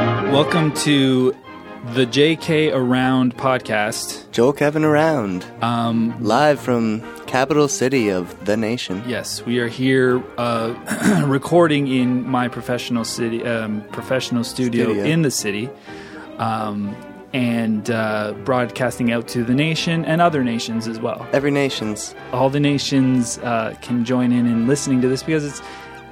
Welcome to the JK Around podcast. Joel Kevin around. Um, live from capital city of the nation. Yes, we are here uh, recording in my professional city, um, professional studio, Studio. in the city, um, and uh, broadcasting out to the nation and other nations as well. Every nation's All the nations uh, can join in in listening to this because it's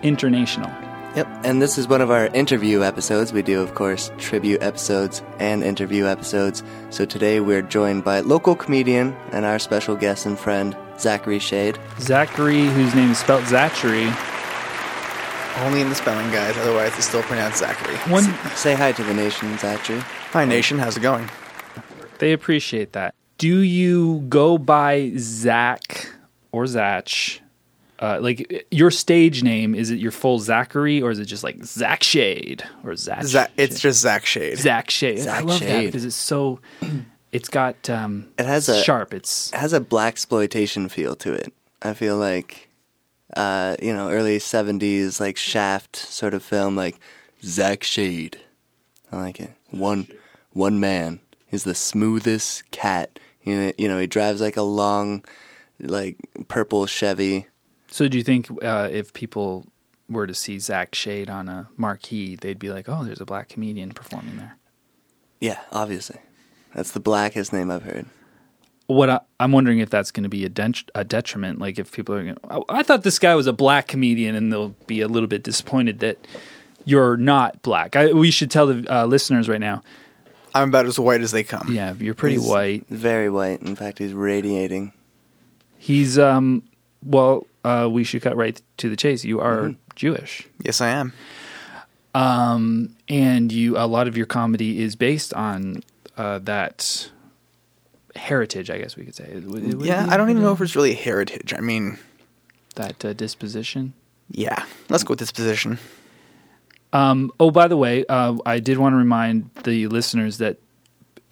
international. Yep, and this is one of our interview episodes. We do, of course, tribute episodes and interview episodes. So today we're joined by local comedian and our special guest and friend, Zachary Shade. Zachary, whose name is spelled Zachary. Only in the spelling guide, otherwise it's still pronounced Zachary. One, Say hi to the nation, Zachary. Hi nation, how's it going? they appreciate that. Do you go by Zach or Zach? Uh, like your stage name, is it your full Zachary or is it just like Zach Shade or Zach? Za- it's just Zach Shade. Zach Shade. I Zach love that Shade. because it's so. It's got. Um, It has a- sharp. It's It has a black exploitation feel to it. I feel like, uh, you know, early 70s, like Shaft sort of film, like Zach Shade. I like it. One, one man. He's the smoothest cat. You know, you know, he drives like a long, like purple Chevy. so. Do you think uh, if people were to see Zach Shade on a marquee, they'd be like, "Oh, there's a black comedian performing there." Yeah, obviously. That's the blackest name I've heard. what I, I'm wondering if that's going to be a, dent- a detriment. Like if people are going, I, I thought this guy was a black comedian, and they'll be a little bit disappointed that you're not black. I, we should tell the uh, listeners right now. I'm about as white as they come. Yeah, you're pretty He's white. Very white. In fact, he's radiating. He's um, well, uh, we should cut right to the chase. You are Jewish, Yes, I am. and you a lot of your comedy is based on uh, that heritage. I guess we could say. It would- it would Yeah, be I don't even know if it's really heritage. I mean, that uh, disposition. yeah. Let's go with this position. Um, oh, by the way, uh, I did want to remind the listeners that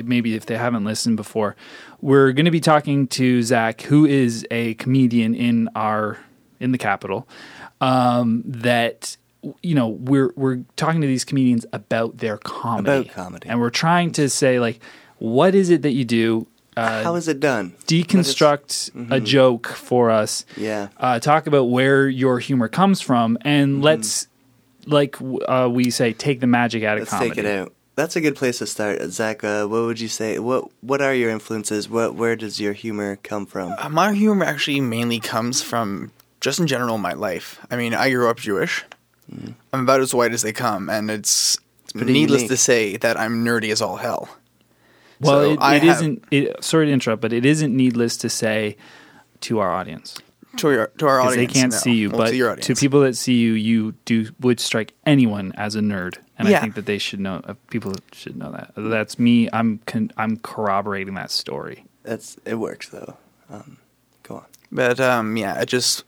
maybe if they haven't listened before, we're going to be talking to Zach, who is a comedian in our in the capital. Um, that you know we're we're talking to these comedians about their comedy, About comedy. and we're trying to say like, what is it that you do? Uh, How is it done? deconstruct Mm-hmm. a joke for us. Yeah. Uh, talk about where your humor comes from, and Mm-hmm. let's, like uh, we say, take the magic out of Let's comedy. take it out. That's a good place to start, Zach. Uh, what would you say? What What are your influences? What Where does your humor come from? Uh, My humor actually mainly comes from just in general my life. I mean, I grew up Jewish. I'm about as white as they come, and it's, pretty needless unique. to say that I'm nerdy as all hell. Well, So it, I it have- not It, sorry to interrupt, but it isn't needless to say to our audience To your to our because audience, they can't no. see you, Well, but to your audience. people that see you, you do would strike anyone as a nerd, and I Yeah. think that they should know. Uh, people should know that. That's me. I'm con- I'm corroborating that story. That's it works though. Um, go on. But um, yeah, I just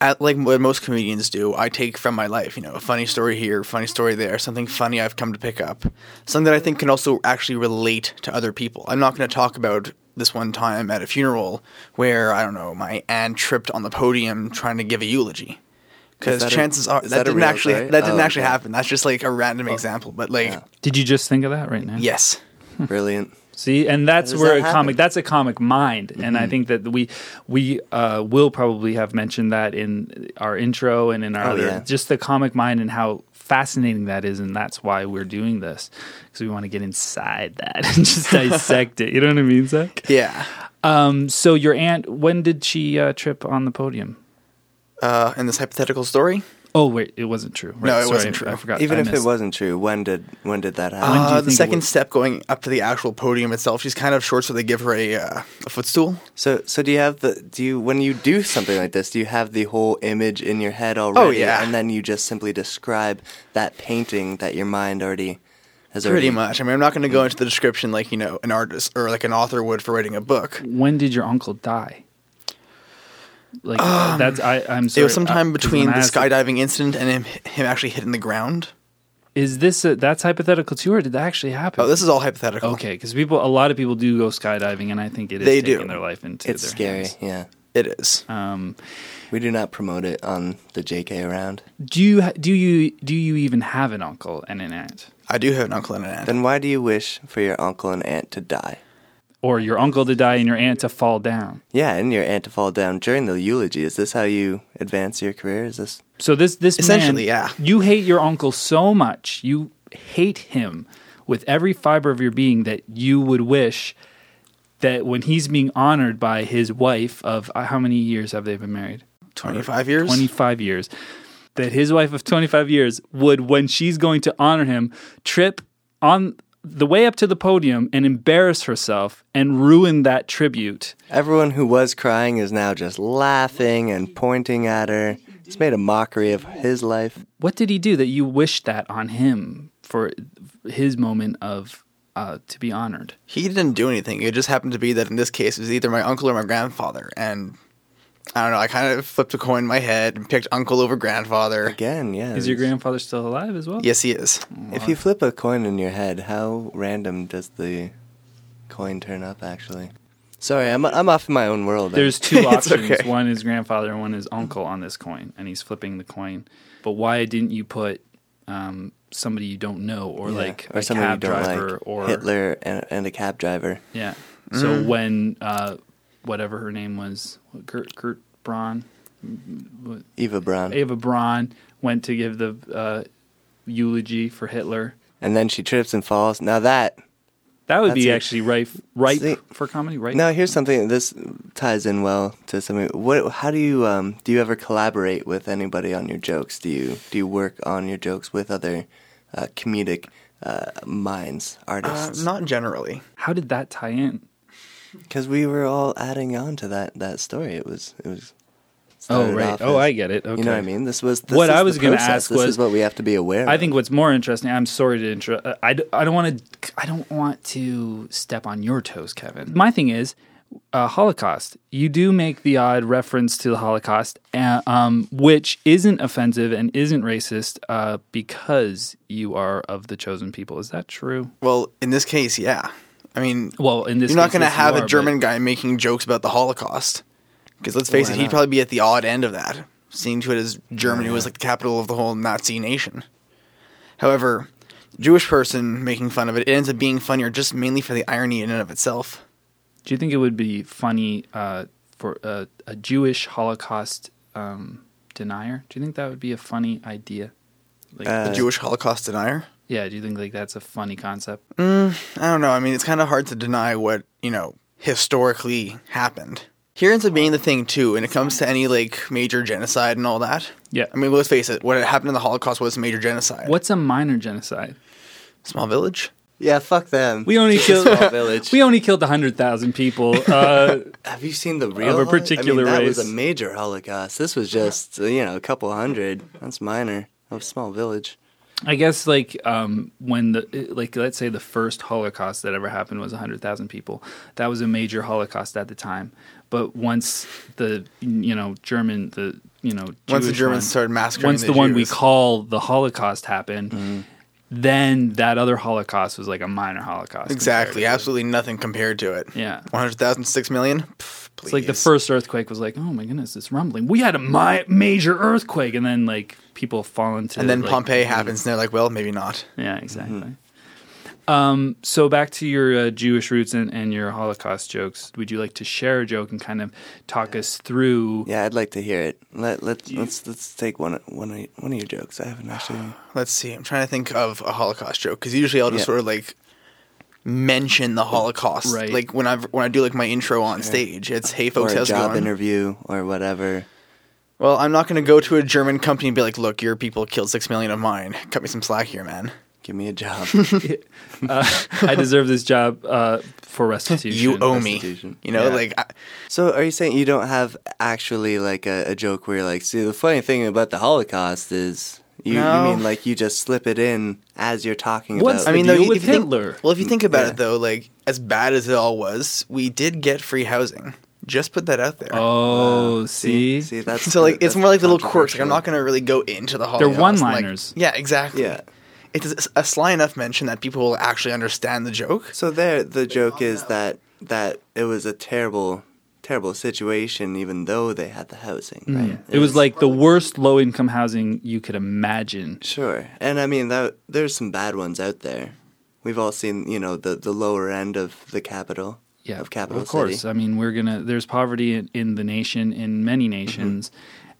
at, like what most comedians do, I take from my life. You know, a funny story here, funny story there, something funny I've come to pick up, something that I think can also actually relate to other people. I'm not going to talk about this one time at a funeral where I don't know my aunt tripped on the podium trying to give a eulogy. Is Because that a- chances are is that, that a didn't real actually story? that didn't Oh, actually okay. Oh. happen. That's just like a random example. But like, Yeah. Did you just think of that right now? yes, Brilliant. See, and that's does where that a comic happen? that's a comic mind, and I think that we we uh, will probably have mentioned that in our intro and in our Oh, other yeah. just the comic mind and how fascinating that is, and that's why we're doing this because we want to get inside that and just dissect it. You know what I mean, Zach? yeah. Um, so your aunt, when did she uh, trip on the podium? Uh, in this hypothetical story, Oh wait, it wasn't true. Right, No, it sorry, wasn't I- true. I forgot. Even I if it missed. wasn't true, when did when did that happen? do you Uh, think the it second was? step going up to the actual podium itself, she's kind of short, so they give her a, uh, a footstool. so so do you have the do you when you do something like this? Do you have the whole image in your head already? yeah. And then you just simply describe that painting that your mind already has Pretty already. much. I mean, I'm not going to go into the description like, you know, an artist or like an author would for writing a book. when did your uncle die? Like uh, that's I, I'm sorry. Um, it was sometime uh, 'cause between when the I asked- skydiving incident and him, him actually hitting the ground. Is this a, that's hypothetical too, or did that actually happen? Oh, this is all hypothetical. okay, because people, a lot of people do go skydiving, and I think it is They taking do. their life into It's their scary. hands. Yeah. It is. Um, We do not promote it on the JK around. do you ha- do you do you even have an uncle and an aunt, I do have an uncle and an aunt. Then why do you wish for your uncle and aunt to die? or your uncle to die and your aunt to fall down? Yeah, and your aunt to fall down during the eulogy. Is this how you advance your career? Is this So this this man- Essentially, yeah. You hate your uncle so much, you hate him with every fiber of your being that you would wish that when he's being honored by his wife of uh, how many years have they been married? 25 years? 25 years. That his wife of 25 years would, when she's going to honor him, trip on the way up to the podium and embarrass herself and ruin that tribute. everyone who was crying is now just laughing and pointing at her? It's made a mockery of his life. What did he do that you wished that on him for his moment of uh, to be honored? He didn't do anything. It just happened to be that in this case, it was either my uncle or my grandfather. And I don't know, I kind of flipped a coin in my head and picked uncle over grandfather. Again, yeah. Is your grandfather still alive as well? Yes, he is. If you flip a coin in your head, how random does the coin turn up? Actually, sorry, I'm I'm off in my own world. there. There's two It's options. okay. One is grandfather and one is uncle on this coin, and he's flipping the coin. But why didn't you put um, somebody you don't know or Yeah, like or a somebody cab you don't driver like, or Hitler Mm-hmm. and, and a cab driver. Yeah. So when uh, whatever her name was, Kurt, Kurt Braun, Eva Braun. Ava Braun went to give the uh, eulogy for Hitler. and then she trips and falls. Now that That would That's be it. actually ripe, ripe See- for comedy, right? now here's something this ties in well to something. What? How do you um do you ever collaborate with anybody on your jokes? Do you do you work on your jokes with other uh, comedic uh, minds Uh, artists? not generally. How did that tie in? Because we were all adding on to that that story. It was it was. Oh started right. off Oh, as- I get it. Okay. You know what I mean? This was this What is I the was gonna process. ask This was- is what we have to be aware. I of. think what's more interesting. I'm sorry to intro. uh, I, d- I don't want to. I don't want to step on your toes, Kevin. My thing is, uh, Holocaust. You do make the odd reference to the Holocaust, uh, um, which isn't offensive and isn't racist uh, because you are of the chosen people. Is that true? Well, in this case, yeah. I mean, Well, in this, you're not case, going to yes, you have are, a but- German guy making jokes about the Holocaust. Because let's face Why it, he'd not? probably be at the odd end of that, seeing to it as Germany was like the capital of the whole Nazi nation. However, Jewish person making fun of it, it ends up being funnier just mainly for the irony in and of itself. Do you think it would be funny uh, for a, a Jewish Holocaust um, denier? Do you think that would be a funny idea? Like, Uh, The Jewish Holocaust denier? yeah. Do you think like that's a funny concept? I don't know. I mean, it's kind of hard to deny what, you know, historically happened. Here ends up being the thing, too, when it comes to any, like, major genocide and all that. Yeah. I mean, let's face it, what happened in the Holocaust was a major genocide. What's a minor genocide? Small village? Yeah, fuck them. We only killed Small village. we only killed hundred thousand people. Uh, Have you seen the real a holo- particular I mean, That was race. a major Holocaust. This was just uh, you know a couple hundred. That's minor. Of a small village. I guess like um, when the like let's say the first Holocaust that ever happened was hundred thousand people. That was a major Holocaust at the time. But once the you know German the you know Once the Jewish Germans one- started massacring once the the, one we Jews. call the Holocaust happened, Mm-hmm. then that other Holocaust was like a minor Holocaust. Exactly. Absolutely nothing compared to it. Yeah. 100,000, 6 million? Pff, please. It's like the first earthquake was like, oh my goodness, it's rumbling. We had a mi- major earthquake, and then like people fall into And then like, Pompeii happens, and they're like, well, maybe not. Yeah, exactly. Mm-hmm. Um, so back to your uh, Jewish roots and, and your Holocaust jokes. Would you like to share a joke and kind of talk us through? Yeah, I'd like to hear it. Let let let's let's take one one of, one of your jokes. I haven't actually. Let's see. I'm trying to think of a Holocaust joke because usually I'll just Yeah. sort of like mention the Holocaust. Right. Like when I when I do like my intro on stage, it's "Hey Or folks, a how's it job going?" interview or whatever. well, I'm not going to go to a German company and be like, "Look, your people killed six million of mine. Cut me some slack here, man." Give me a job. Uh, I deserve this job uh, for restitution. You owe me. Restitution. You know, Yeah. like I, so are you saying you don't have actually like a, a joke where you're like, see, the funny thing about the Holocaust is you, No. you mean like you just slip it in as you're talking What's about. the I mean, deal though, you- with if you think- Hitler? well, if you think about yeah. it, though, like as bad as it all was, we did get free housing. Just put that out there. Oh, see, see that's So like it's that's more like little quirks. Like I'm controversial. not gonna really go into the Holocaust. one-liners. Like, yeah, exactly. Yeah. It's a sly enough mention that people will actually understand the joke. So there, the joke is that that it was a terrible, terrible situation, even though they had the housing. Right? Mm. It was like the worst low income housing you could imagine. Sure, and I mean that there's some bad ones out there. We've all seen, you know, the the lower end of the capital. Yeah, of capital Of course, city. I mean we're gonna. There's poverty in, in the nation in many Mm-hmm. nations.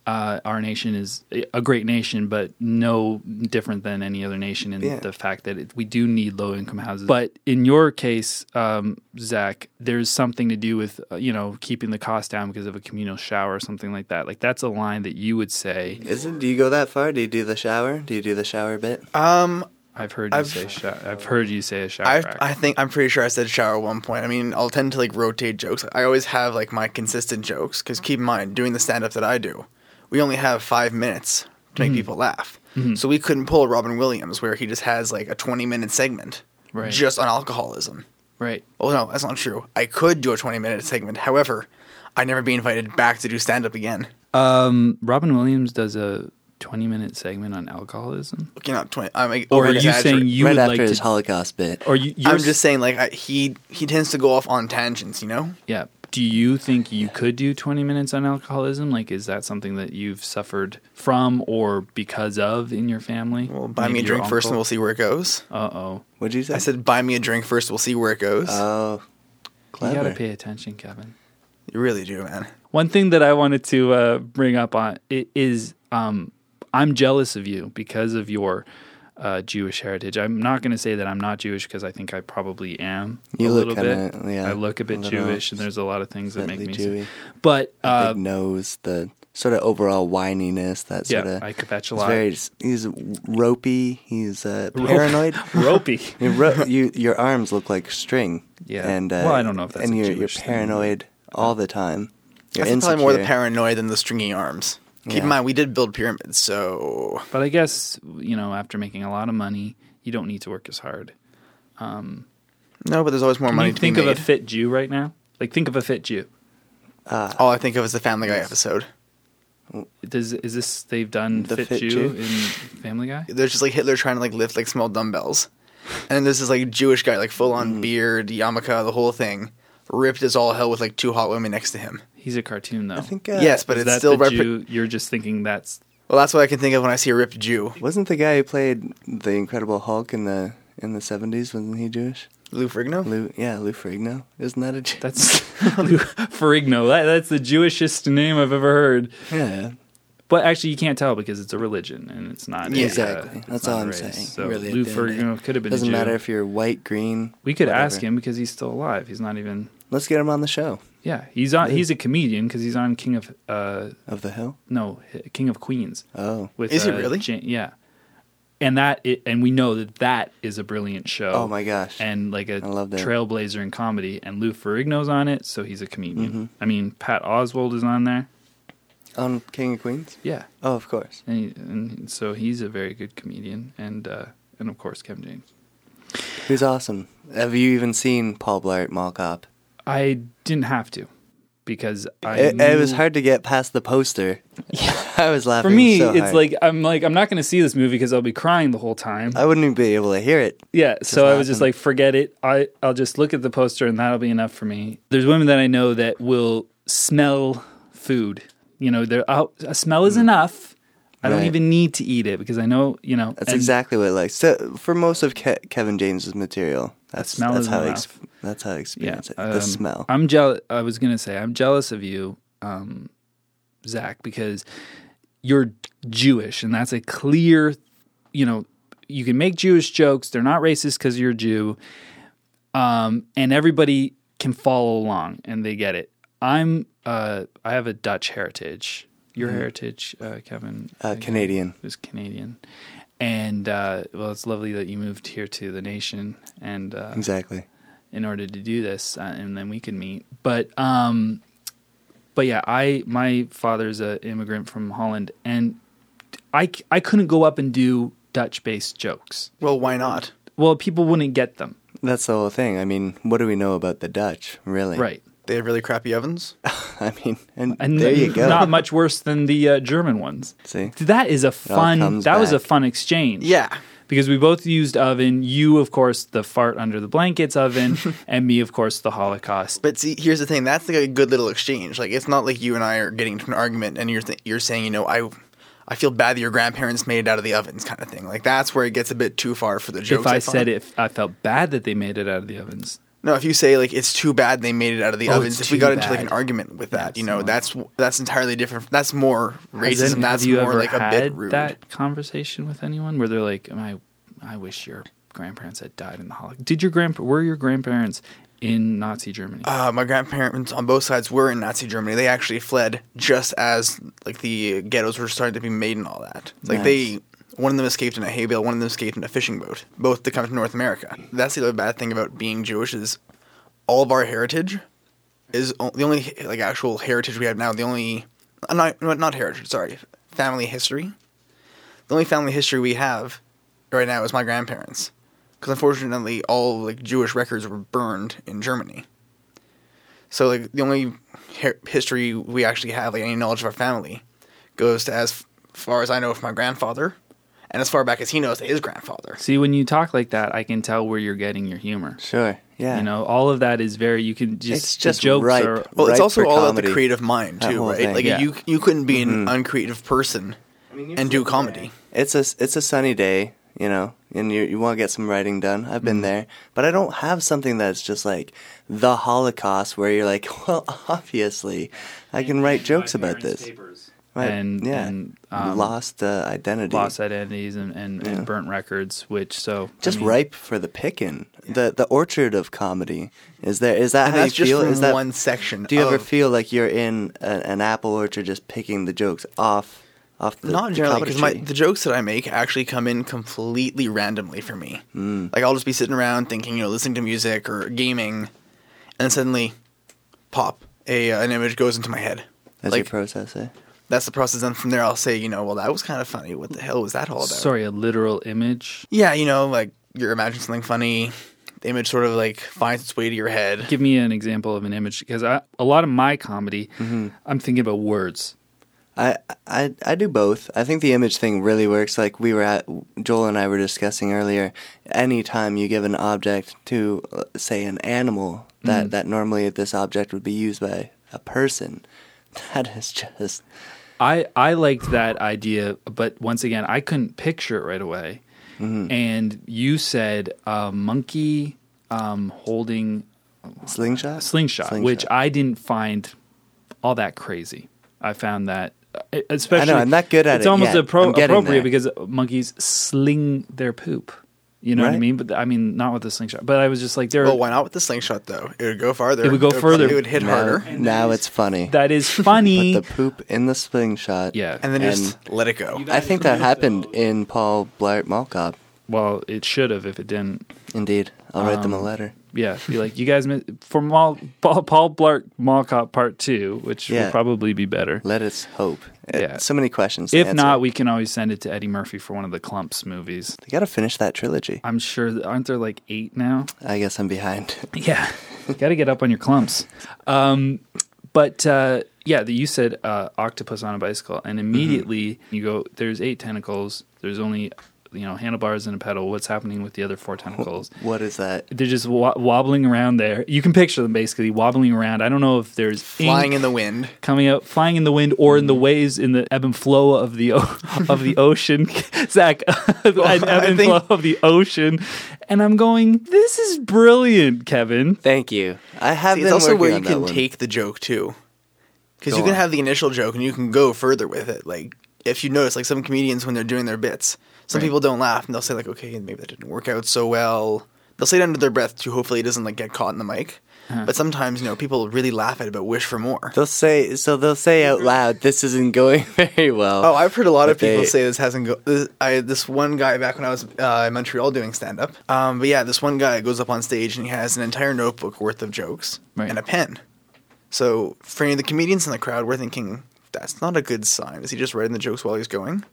Uh, our nation is a great nation, but no different than any other nation in Yeah. the fact that it, we do need low income houses. But in your case, um, Zach, there's something to do with uh, you know keeping the cost down because of a communal shower or something like that. Like that's a line that you would say. Is it? Do you go that far? Do you do the shower? Do you do the shower bit? Um, I've heard you I've- say. Sh- I've heard you say a shower. I act. I think I'm pretty sure I said shower at one point. I mean, I'll tend to like rotate jokes. I always have like my consistent jokes because keep in mind, doing the stand up that I do, we only have five minutes to Mm-hmm. make people laugh. So we couldn't pull Robin Williams where he just has like a 20 minute segment Right. just on alcoholism. right. Oh no, that's not true. I could do a 20 minute segment. However, I'd never be invited back to do stand up again. Um, Robin Williams does a 20 minute segment on alcoholism. Okay, not 20. I'm like, Or are you over-exaggerating. saying you right would after like his to? Holocaust bit. or you, you're I'm just saying, like I, he he tends to go off on tangents, you know. Yeah. Do you think you could do 20 minutes on alcoholism? Like, is that something that you've suffered from or because of in your family? Well, buy me a drink first, and we'll see where it goes. Uh oh. What'd you say? I said, buy me a drink first. We'll see where it goes. Oh, You clever. gotta pay attention, Kevin. you really do, man. One thing that I wanted to uh, bring up on i- is um, I'm jealous of you because of your uh, Jewish heritage. I'm not going to say that I'm not Jewish because I think I probably am You a look little kinda- bit. yeah, I look a bit a little Jewish, and there's a lot of things that make me. slightly Jewy. But uh, Big nose, the sort of overall whininess, that Yeah, sort of. I kvetch a he's lot. Very, s- he's ropey. He's uh, paranoid. ropey. your, ro- you, your arms look like string. Yeah. And uh, Well, I don't know if that's and a you're you're Jewish thing. paranoid all the time. You're That's probably more the insecure. paranoia than the stringy arms. Keep Yeah. in mind, we did build pyramids, so But I guess you know, after making a lot of money, you don't need to work as hard. no. But there's always more Can money you to think be of made. a fit Jew right now? Like, think of a fit Jew. All I think of is the Family Guy episode. Does is this they've done The fit, fit Jew, Jew? in Family Guy? There's just like Hitler trying to like lift like small dumbbells, and then there's this like Jewish guy, like full Mm. on beard, yarmulke, the whole thing, ripped as all hell with like two hot women next to him. He's a cartoon though. I think. Uh, yes, but Is it's that still the rep- Jew? You're just thinking that's well. That's what I can think of when I see a ripped Jew. Wasn't the guy who played the Incredible Hulk in the in the seventies? Wasn't he Jewish? Lou Ferrigno. Lou, yeah, Lou Ferrigno. Isn't that a Jew? that's Lou Ferrigno. That, that's the Jewishest name I've ever heard. yeah. But actually, you can't tell because it's a religion and it's not a, uh, Yeah. Exactly. it's That's not all a I'm race. saying. So Really, at Lou the end of the Ferrigno could have been. Doesn't a Jew. matter if you're white, green. We could ask whatever. him because he's still alive. He's not even. Let's get him on the show Yeah, he's on. He's a comedian because he's on King of uh of the Hill. no H- King of Queens. Oh, With Is he uh, really? Ja- yeah, and that i and we know that that is a brilliant show. oh my gosh! And like a I love that. trailblazer in comedy, and Lou Ferrigno's on it, so he's a comedian. Mm-hmm. I mean, Pat Oswald is on there. on King of Queens. Yeah, Oh, of course. and, he, and so he's a very good comedian, and uh, and of course Kevin James. Who's awesome? Have you even seen Paul Blart Mall Cop? I didn't have to because I It, it was knew- hard to get past the poster. I was laughing. for me. so it's hard. like I'm like I'm not going to see this movie because I'll be crying the whole time. I wouldn't even be able to hear it. Yeah, so I was just laughing. like, forget it. I I'll just look at the poster and that'll be enough for me. There's women that I know that will smell food. You know, they're out. A smell is enough. I don't Hmm. Right. even need to eat it because I know. You know, That's and exactly what it like. So for most of Ke- Kevin James's material, that's smell that's is how I enough. exp- that's how I Yeah, experience it. um, the smell. I'm jealous. I was gonna say I'm jealous of you, um, Zach, because you're Jewish, and that's a clear. You know, you can make Jewish jokes. They're not racist because you're a Jew. um, and everybody can follow along and they get it. I'm uh, I have a Dutch heritage. Your Mm-hmm. heritage, uh, Kevin, Uh, again, Canadian. is Canadian, and uh, well, it's lovely that you moved here to the nation and uh, Exactly. in order to do this, uh, and then we could meet. But um, but yeah, I my father's an immigrant from Holland, and I c- I couldn't go up and do Dutch based jokes. Well, why not? Well, people wouldn't get them, That's the whole thing. I mean, what do we know about the Dutch, really? right? They have really crappy ovens. I mean, and, and there you go. not much worse than the uh, German ones. See? that is a all fun. comes That was a back. fun exchange. Yeah. because we both used oven. You, of course, the fart under the blankets oven, and me, of course, the Holocaust. But see, here's the thing. That's like a good little exchange. Like it's not like you and I are getting into an argument and you're th- you're saying, you know, I I feel bad that your grandparents made it out of the ovens kind of thing. Like that's where it gets a bit too far for the jokes. if I find. said it, I felt bad that they made it out of the ovens. No, if you say like it's too bad they made it out of the Oh, ovens, it's if we too got into like bad. an argument with that, Yeah, you know, so- that's that's entirely different. That's more Has any- racism. That's have you more ever like a had bit rude. that conversation with anyone where they're like, "I, I wish your grandparents had died in the Holocaust." Did your grand were your grandparents in Nazi Germany? Uh, my grandparents on both sides were in Nazi Germany. They actually fled just as like the ghettos were starting to be made and all that. Like Nice. they, one of them escaped in a hay bale, one of them escaped in a fishing boat. Both to come to North America. That's the other bad thing about being Jewish is all of our heritage is o- the only like actual heritage we have now. The only uh, not no, not heritage, sorry, family history. The only family history we have right now is my grandparents, because unfortunately all like Jewish records were burned in Germany. So like the only her- history we actually have, like any knowledge of our family, goes to as f- far as I know from my grandfather, and as far back as he knows to his grandfather. See, when you talk like that, I can tell where you're getting your humor. Sure. Yeah. You know, all of that is very. You can just It's the just jokes ripe. are. Well, ripe it's also for all about comedy, the creative mind that too, whole right? thing. Mm-hmm. Like Yeah. you you couldn't be an uncreative person and do comedy. It's a s- it's a sunny day, you know, and you you want to get some writing done. I've Mm-hmm. been there, but I don't have something that's just like the Holocaust, where you're like, well, obviously, I can write jokes about this. Right? And- yeah, and, um, lost uh, identity, Lost identities and and, and burnt records, which so I just mean, ripe for the picking. The the orchard of comedy is there. Is that And how that's you just feel? from Is that one section. do you ever of- feel like you're in a, an apple orchard, just picking the jokes off off the not generally comedy because my tree? the jokes that I make actually come in completely randomly for me. Hmm. Like I'll just be sitting around thinking, you know, listening to music or gaming, and suddenly, pop, a uh, an image goes into my head. That's like your process, eh? that's the process. And from there, I'll say, you know, well, that was kind of funny. What the hell was that all about? Sorry, a literal image. Yeah, you know, like you're imagining something funny. The image sort of like finds its way to your head. Give me an example of an image because I, a lot of my comedy, Mm-hmm. I'm thinking about words. I, I I do both. I think the image thing really works. Like we were at Joel and I were discussing earlier. Anytime you give an object to, uh, say, an animal Mm-hmm. that that normally this object would be used by a person, that is just I I liked that idea, but once again, I couldn't picture it right away. Mm-hmm. And you said a monkey um, holding slingshot. slingshot, which I didn't find all that crazy. I found that uh, e, especially I'm not good at it's it almost yet. appro- I'm getting appropriate there. because monkeys sling their poop. You know what I Right. mean? But I mean not with the slingshot. But I was just like there. Well, why not with the slingshot though? It would go farther. It would go further. It would hit now, harder, now it's funny. that is Put funny. the poop in the slingshot. yeah. and then And- just let it go. I think that happened in Paul Blart Mall Cop. well, it should have if it didn't. Indeed, I'll write them a Um, letter. Yeah, be like, you guys, mi- for Mall, Paul, Paul Blart Mall Cop Part 2, which Yeah. will probably be better. Let us hope. Uh, Yeah. So many questions. to If answer. not, we can always send it to Eddie Murphy for one of the Clumps movies. we gotta finish that trilogy. I'm sure, th- aren't there like eight now? I guess I'm behind. Yeah, got to get up on your clumps. Um, but uh, yeah, the, you said uh, octopus on a bicycle, and Mm-hmm. immediately you go, there's eight tentacles, there's only, you know, handlebars and a pedal. What's happening with the other four tentacles? What is that? they're just wa- wobbling around there. You can picture them basically wobbling around. I don't know if there's Flying ink in the Mm-hmm. wind. coming out, flying in the wind, or in the waves in the ebb and flow of the o- of the ocean. Zach, an ebb I and think- flow of the ocean. And I'm going, this is brilliant, Kevin. Thank you. I have It's been also working where on you that can one. take the joke too, because Go you can on. have the initial joke and you can go further with it. Like if you notice, like some comedians when they're doing their bits, some people don't laugh and they'll say like, "Okay, maybe that didn't work out so well." They'll say it under their breath to hopefully it doesn't like get caught in the mic. Uh-huh. But sometimes you know people really laugh at it but wish for more. They'll say so. They'll say out loud, "This isn't going very well." Oh, I've heard a lot of But people they- say this hasn't go. This, I this one guy back when I was uh, in Montreal doing stand up. Um, but yeah, this one guy goes up on stage and he has an entire notebook worth of jokes Right. and a pen. So for any of the comedians in the crowd, we're thinking that's not a good sign. Is he just writing the jokes while he's going?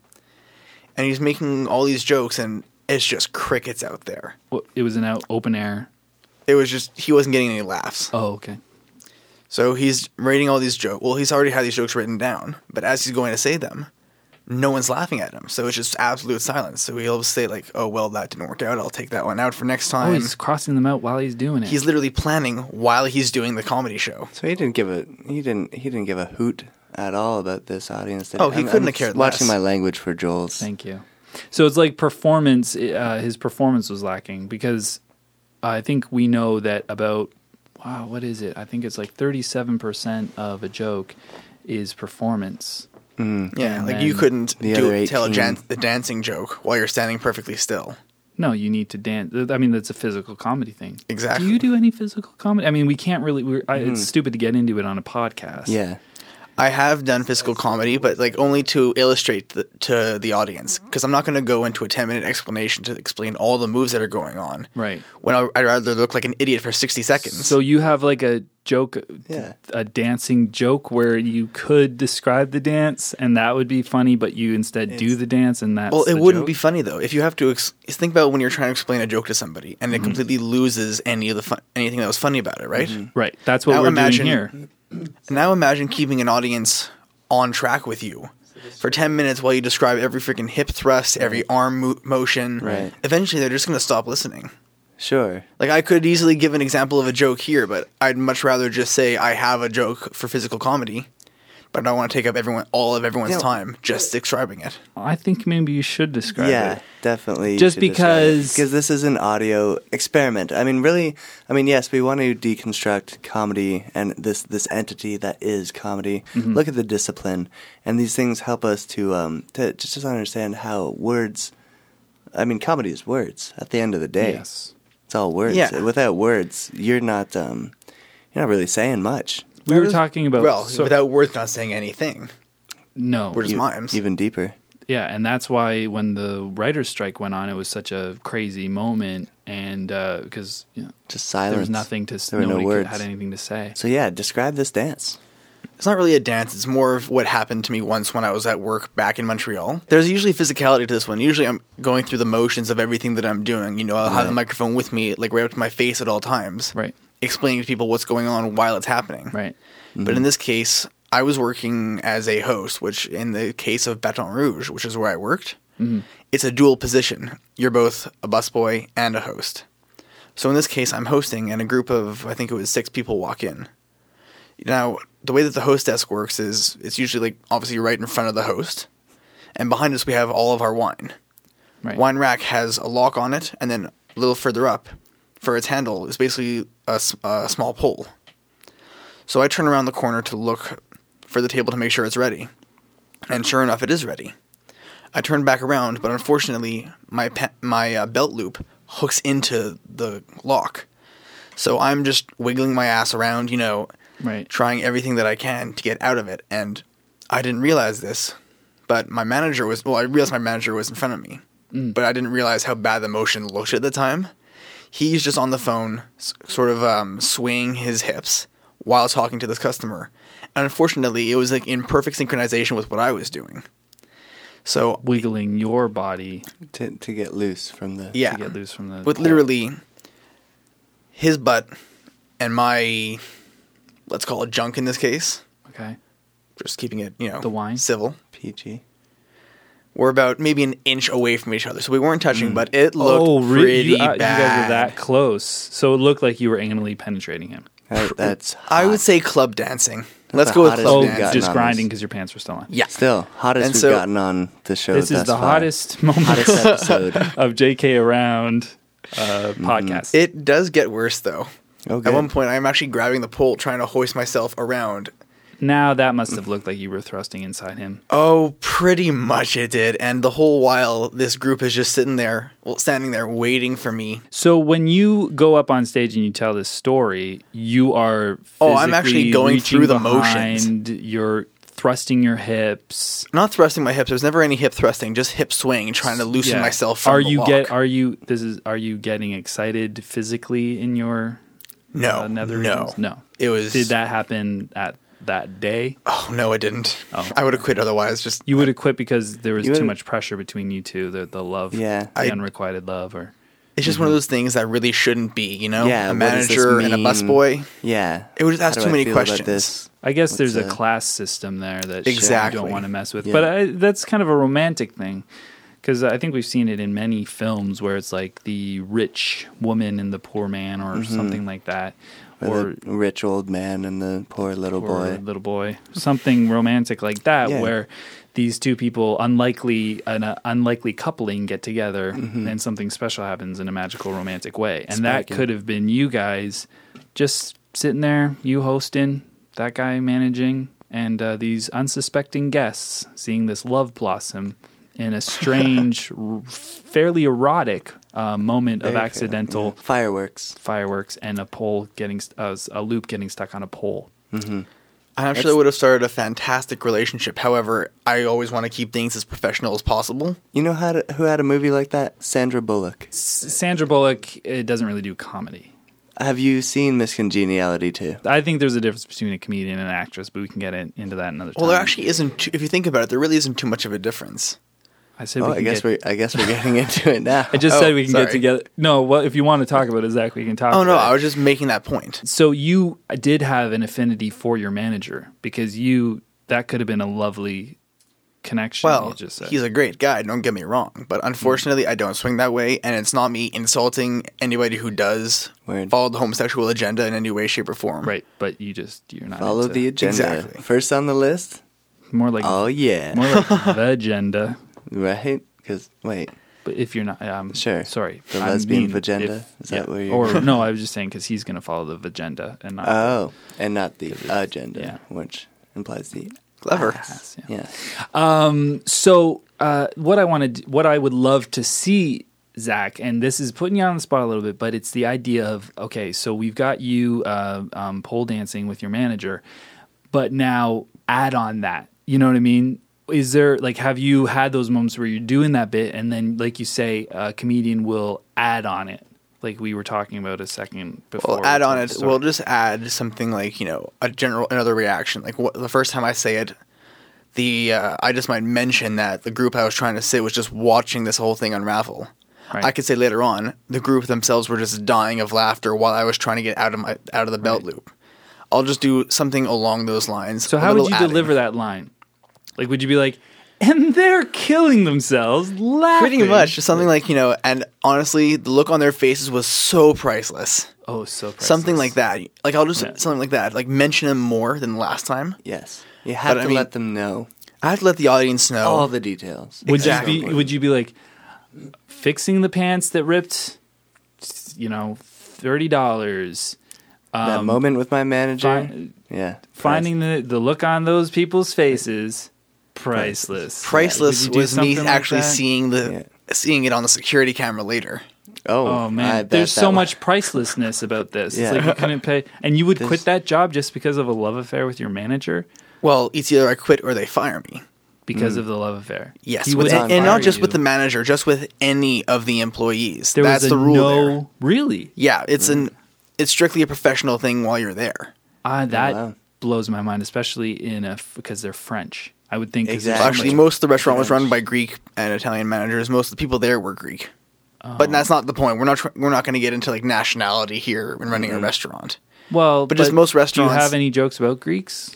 And he's making all these jokes, and it's just crickets out there. Well, It was an out open air. It was just he wasn't getting any laughs. Oh, okay. So he's writing all these jokes. Well, he's already had these jokes written down, but as he's going to say them, no one's laughing at him. So it's just absolute silence. So he'll say like, "Oh well, that didn't work out. I'll take that one out for next Oh, time." he's crossing them out while he's doing it. he's literally planning while he's doing the comedy show. So he didn't give a he didn't he didn't give a hoot at all about this audience. did Oh, he couldn't have cared Watching less. my language for Joel's. Thank you. So it's like performance. Uh, his performance was lacking because I think we know that about wow, what is it? I think it's like thirty-seven percent of a joke is performance. Yeah, Mm-hmm. And like you then couldn't the do other tell a, 18 jan- a dancing joke while you're standing perfectly still. No, you need to dance. I mean, that's a physical comedy thing. Exactly. Mm-hmm. Do you do any physical comedy? I mean, we can't really. We're, I, It's stupid to get into it on a podcast. Yeah. I have done physical comedy, but like only to illustrate the, to the audience because I'm not going to go into a 10 minute explanation to explain all the moves that are going on. Right. When I, I'd rather look like an idiot for 60 seconds. So you have like a joke, Yeah. a dancing joke where you could describe the dance, and that would be funny. But you instead do the dance, and that's well, it the wouldn't joke? be funny though if you have to ex- think about when you're trying to explain a joke to somebody and it Mm-hmm. completely loses any of the fun- anything that was funny about it, right? Right. That's what Now we're imagine- doing here. Now imagine keeping an audience on track with you for 10 minutes while you describe every freaking hip thrust, every arm mo- motion. Right. Eventually, they're just going to stop listening. Sure. Like, I could easily give an example of a joke here, but I'd much rather just say I have a joke for physical comedy, but I don't want to take up everyone all of everyone's Yeah. time just describing it. I think maybe you should describe yeah, it. definitely. Just because- because this is an audio experiment. I mean, really, I mean, yes, we want to deconstruct comedy and this this entity that is comedy. Mm-hmm. Look at the discipline, and these things help us to um to just just understand how words. I mean, comedy is words. At the end of the day, Yes. it's all words. Yeah. Without words, you're not um you're not really saying much. We were talking about Well, so- without worth not saying anything. no. We're just mimes. e- Even deeper. Yeah, and that's why when the writers' strike went on, it was such a crazy moment, and because you know, Just there silence. was nothing to There were no nobody could- words. had anything to say. So yeah, describe this dance. it's not really a dance. It's more of what happened to me once when I was at work back in Montreal. There's usually physicality to this one. Usually I'm going through the motions of everything that I'm doing. You know, I'll have the microphone with me, like right up to my face at all times, Right. Explaining to people what's going on while it's happening. Right. But in this case, I was working as a host, which in the case of Baton Rouge, which is where I worked, it's a dual position. You're both a busboy and a host. So in this case, I'm hosting, and a group of I think it was six people walk in. Now, the way that the host desk works is it's usually like obviously right in front of the host, and behind us we have all of our wine. Right. Wine rack has a lock on it, and then a little further up, for its handle, is basically a, s- a small pole. So I turn around the corner to look for the table to make sure it's ready, and sure enough, it is ready. I turn back around, but unfortunately, my pe- my uh, belt loop hooks into the lock, so I'm just wiggling my ass around, you know, Right. trying everything that I can to get out of it. And I didn't realize this, but my manager was, well, I realized my manager was in front of me, Mm. but I didn't realize how bad the motion looked at the time. He's just on the phone, s- sort of um, swaying his hips while talking to this customer. And unfortunately, it was like in perfect synchronization with what I was doing. So, Wiggling your body To to get loose from the yeah. to get loose from the with pole. literally his butt and my, let's call it junk in this case, Okay. just keeping it, you know, The wine? civil. PG. were about maybe an inch away from each other, so we weren't touching, but it looked oh, really? pretty You, uh, you bad. guys were that close, so it looked like you were anally penetrating him. That, that's I would hot. say club dancing. Let's the go with hottest Oh, club we've gotten dancing. just on grinding this. because your pants were still on. Yeah, still hottest And we've so- gotten on the show. This is thus the far. hottest moment hottest episode. of JK around uh, podcast. Mm-hmm. it does get worse though. Oh, At good. one point, I'm actually grabbing the pole, trying to hoist myself around. Now that must have looked like you were thrusting inside him. Oh, pretty much it did. And the whole while, this group is just sitting there, well, standing there, waiting for me. So when you go up on stage and you tell this story, you are Oh, I'm actually physically going reaching through the motions. behind, You're thrusting your hips. Not thrusting my hips. There's never any hip thrusting, just hip swing, trying to loosen Yeah. myself from are the you lock. get are you this is are you getting excited physically in your no, uh, nether Oh, no, regions? No. It was Did that happen at that day? Oh no, it didn't. I would have quit otherwise. Just You would have quit because there was You too would've- much pressure between you two, the the love, Yeah. the I- unrequited love or It's just one of those things that really shouldn't be, you know? Yeah, a what does this manager and a mean? busboy. Yeah. It would just ask How do too I many feel about questions. this? I guess there's a the- class system there that Exactly. you don't want to mess with. Yeah. But I, that's kind of a romantic thing because I think we've seen it in many films where it's like the rich woman and the poor man or something like that. Or Or Mm-hmm. the rich old man and the poor little or boy. little boy, something romantic like that, Yeah. where these two people, unlikely an uh, unlikely coupling, get together and something special happens in a magical romantic way. And that Mm-hmm. Sparking. could have been you guys just sitting there, you hosting, that guy managing, and uh, these unsuspecting guests seeing this love blossom in a strange, r- fairly erotic uh, moment of Very fair, accidental yeah. Fireworks. fireworks and a pole getting st- uh, a loop getting stuck on a pole. And I'm sure they would have started a fantastic relationship. However, I always want to keep things as professional as possible. You know how to, who had a movie like that? Sandra Bullock. S- Sandra Bullock it doesn't really do comedy. Have you seen Miss Congeniality too? I think there's a difference between a comedian and an actress, but we can get in, into that another time. Well, there actually isn't, too, if you think about it, there really isn't too much of a difference. I said Oh, we I can guess get- we're I guess we're getting into it now. I just Oh, said we can get sorry. together. No, well, if you want to talk about it, Zach, we can talk. Oh, no, about I it. was just making that point. So you did have an affinity for your manager because you that could have been a lovely connection. Well, you just said. he's a great guy, don't get me wrong. But unfortunately, I don't swing that way. And it's not me insulting anybody who does Word. follow the homosexual agenda in any way, shape, or form. right, but you just you're not Follow into- the agenda. Exactly. First on the list. more like Oh yeah. more like the agenda. Right? Because wait, But if you're not, um, Sure. Sorry, The mean lesbian vagenda? Is that where you're- Or no, I was just saying because he's going to follow the vagenda and not. oh, and not the agenda, yeah. which implies the Clever. ass, yeah. yeah. Um. So, uh, what I want to, what I would love to see, Zach, and this is putting you on the spot a little bit, but it's the idea of okay, so we've got you uh, um, pole dancing with your manager, but now add on that. You know what I mean? Is there like have you had those moments where you're doing that bit and then like you say a comedian will add on it like we were talking about a second before We'll add we on told it. the story. We'll just add something like you know a general another reaction. Like what, the first time I say it, the uh, I just might mention that the group I was trying to sit was just watching this whole thing unravel. Right. I could say later on the group themselves were just dying of laughter while I was trying to get out of my out of the belt loop. I'll just do something along those lines. So a how would little you adding. deliver that line? Like, would you be like, "And they're killing themselves, laughing"? Pretty much just something like you know, and honestly, the look on their faces was so priceless. Oh, so priceless. Something like that. Like I'll just Yeah. something like that. Like mention them more than last time. Yes. You have I to mean- let them know I have to let the audience know. Oh, all the details. Would Exactly. you be? Would you be like fixing the pants that ripped? You know, thirty dollars. that moment with my manager? um, fi- yeah. Finding the the look on those people's faces, priceless. priceless Would you do was me something like actually that? seeing the Yeah. seeing it on the security camera later. Price. Oh, Oh I man, bet there's that so one- much pricelessness about this. Yeah. It's like you couldn't pay, and you would There's- quit that job just because of a love affair with your manager. Well, it's either I quit or they fire me. Because of the love affair, Hmm. Yes, He with- would and, and fire not just you. with the manager, just with any of the employees. There That's was a the rule. no Mm. there. really. Yeah, it's an it's strictly a professional thing while you're there. Uh, that wow. blows my mind, especially in a f- because they're French. I would think 'cause there's Exactly. so Actually, much- most of the restaurant was run by Greek and Italian managers. Most of the people there were Greek. Oh. But that's not the point. We're not tr- we're not going to get into like nationality here when running a restaurant. well, but just most Do you restaurants- have any jokes about Greeks?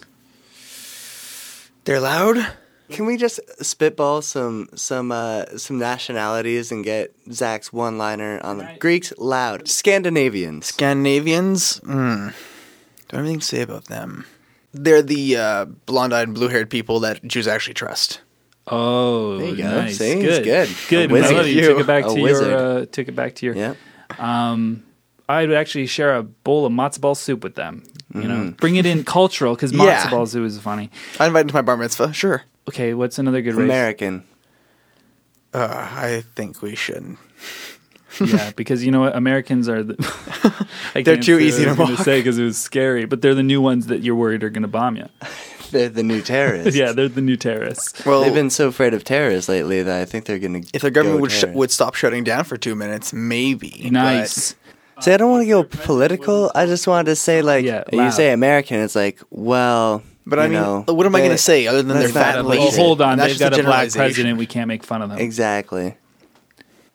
They're loud. Can we just spitball some some uh, some nationalities and get Zach's one liner on them? Greeks loud, Scandinavians. Scandinavians. Mm. Don't have anything to say about them. They're the uh, blonde-eyed, blue-haired people that Jews actually trust. Oh, There you go. nice. See, it's good, good. good. A wizard. Melody, you You. took it back A to wizard. your, uh, took it back to your. yeah. I would actually share a bowl of matzo ball soup with them. You know, bring it in cultural because matzo Mm-hmm. Yeah. ball soup is funny. I invited to my bar mitzvah. Sure. Okay, what's another good race? American. Uh, I think we should. yeah, because you know what, Americans are. The, I They're can't too say what easy I to was gonna mock. say because it was scary, but they're the new ones that you're worried are going to bomb you. They're the new terrorists. yeah, they're the new terrorists. Well, They've been so afraid of terrorists lately that I think they're gonna. if the go government would sh- terrorist. would stop shutting down for two minutes, maybe. Nice. See, I don't want to go political. I just wanted to say, like, Yeah, you loud. say American, it's like, well, But, but I you mean, know, what am I going they- to say other than they're that's fat not and a- lazy? Well, hold on. And that's They've just got a black generalization. president. We can't make fun of them. Exactly.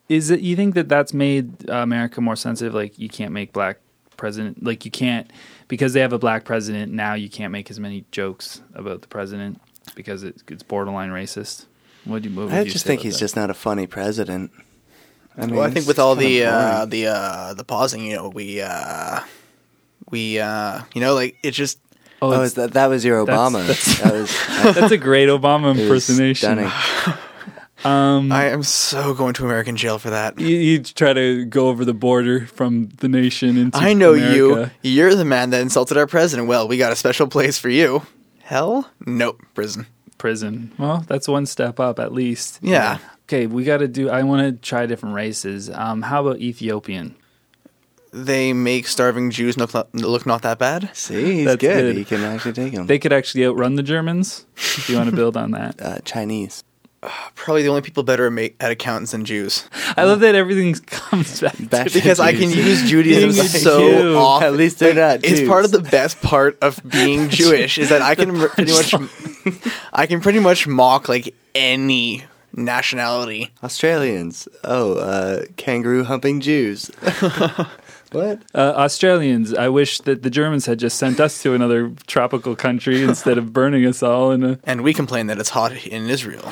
is it you think that that's made uh, America more sensitive? Like you can't make black president like you can't because they have a black president now. You can't make as many jokes about the president because it, it's borderline racist. What do you? What would I you just say think about he's that? just not a funny president. I mean, Well, I it's think with all kinda the uh, boring. the uh, the pausing, you know, we uh, we uh, you know, like it's just Oh, oh, it's- is that that was your that's- Obama? that's- that was, that's a great Obama it was impersonation. stunning. Um, I am so going to American jail for that. you, you try to go over the border from the nation into. I know America. you. You're the man that insulted our president. Well, we got a special place for you. Hell, nope, prison. prison. Well, that's one step up at least. Yeah. Okay, we got to do. I want to try different races. Um, how about Ethiopian? They make starving Jews look not, look not that bad. See, he's That's good. good. He can actually take him. They could actually outrun the Germans. If you want to build on that, uh, Chinese. Probably the only people better at, ma- at accountants than Jews I love that everything comes back. Back to because I can Jews. use Judaism Being a Jew. so often. At least they're not It's Jews. part of the best part of being Jewish is that I can re- pretty much I can pretty much mock like any nationality. Australians. Oh, uh, kangaroo humping Jews. what? Uh, Australians. I wish that the Germans had just sent us to another tropical country instead of burning us all in a. And we complain that it's hot in Israel.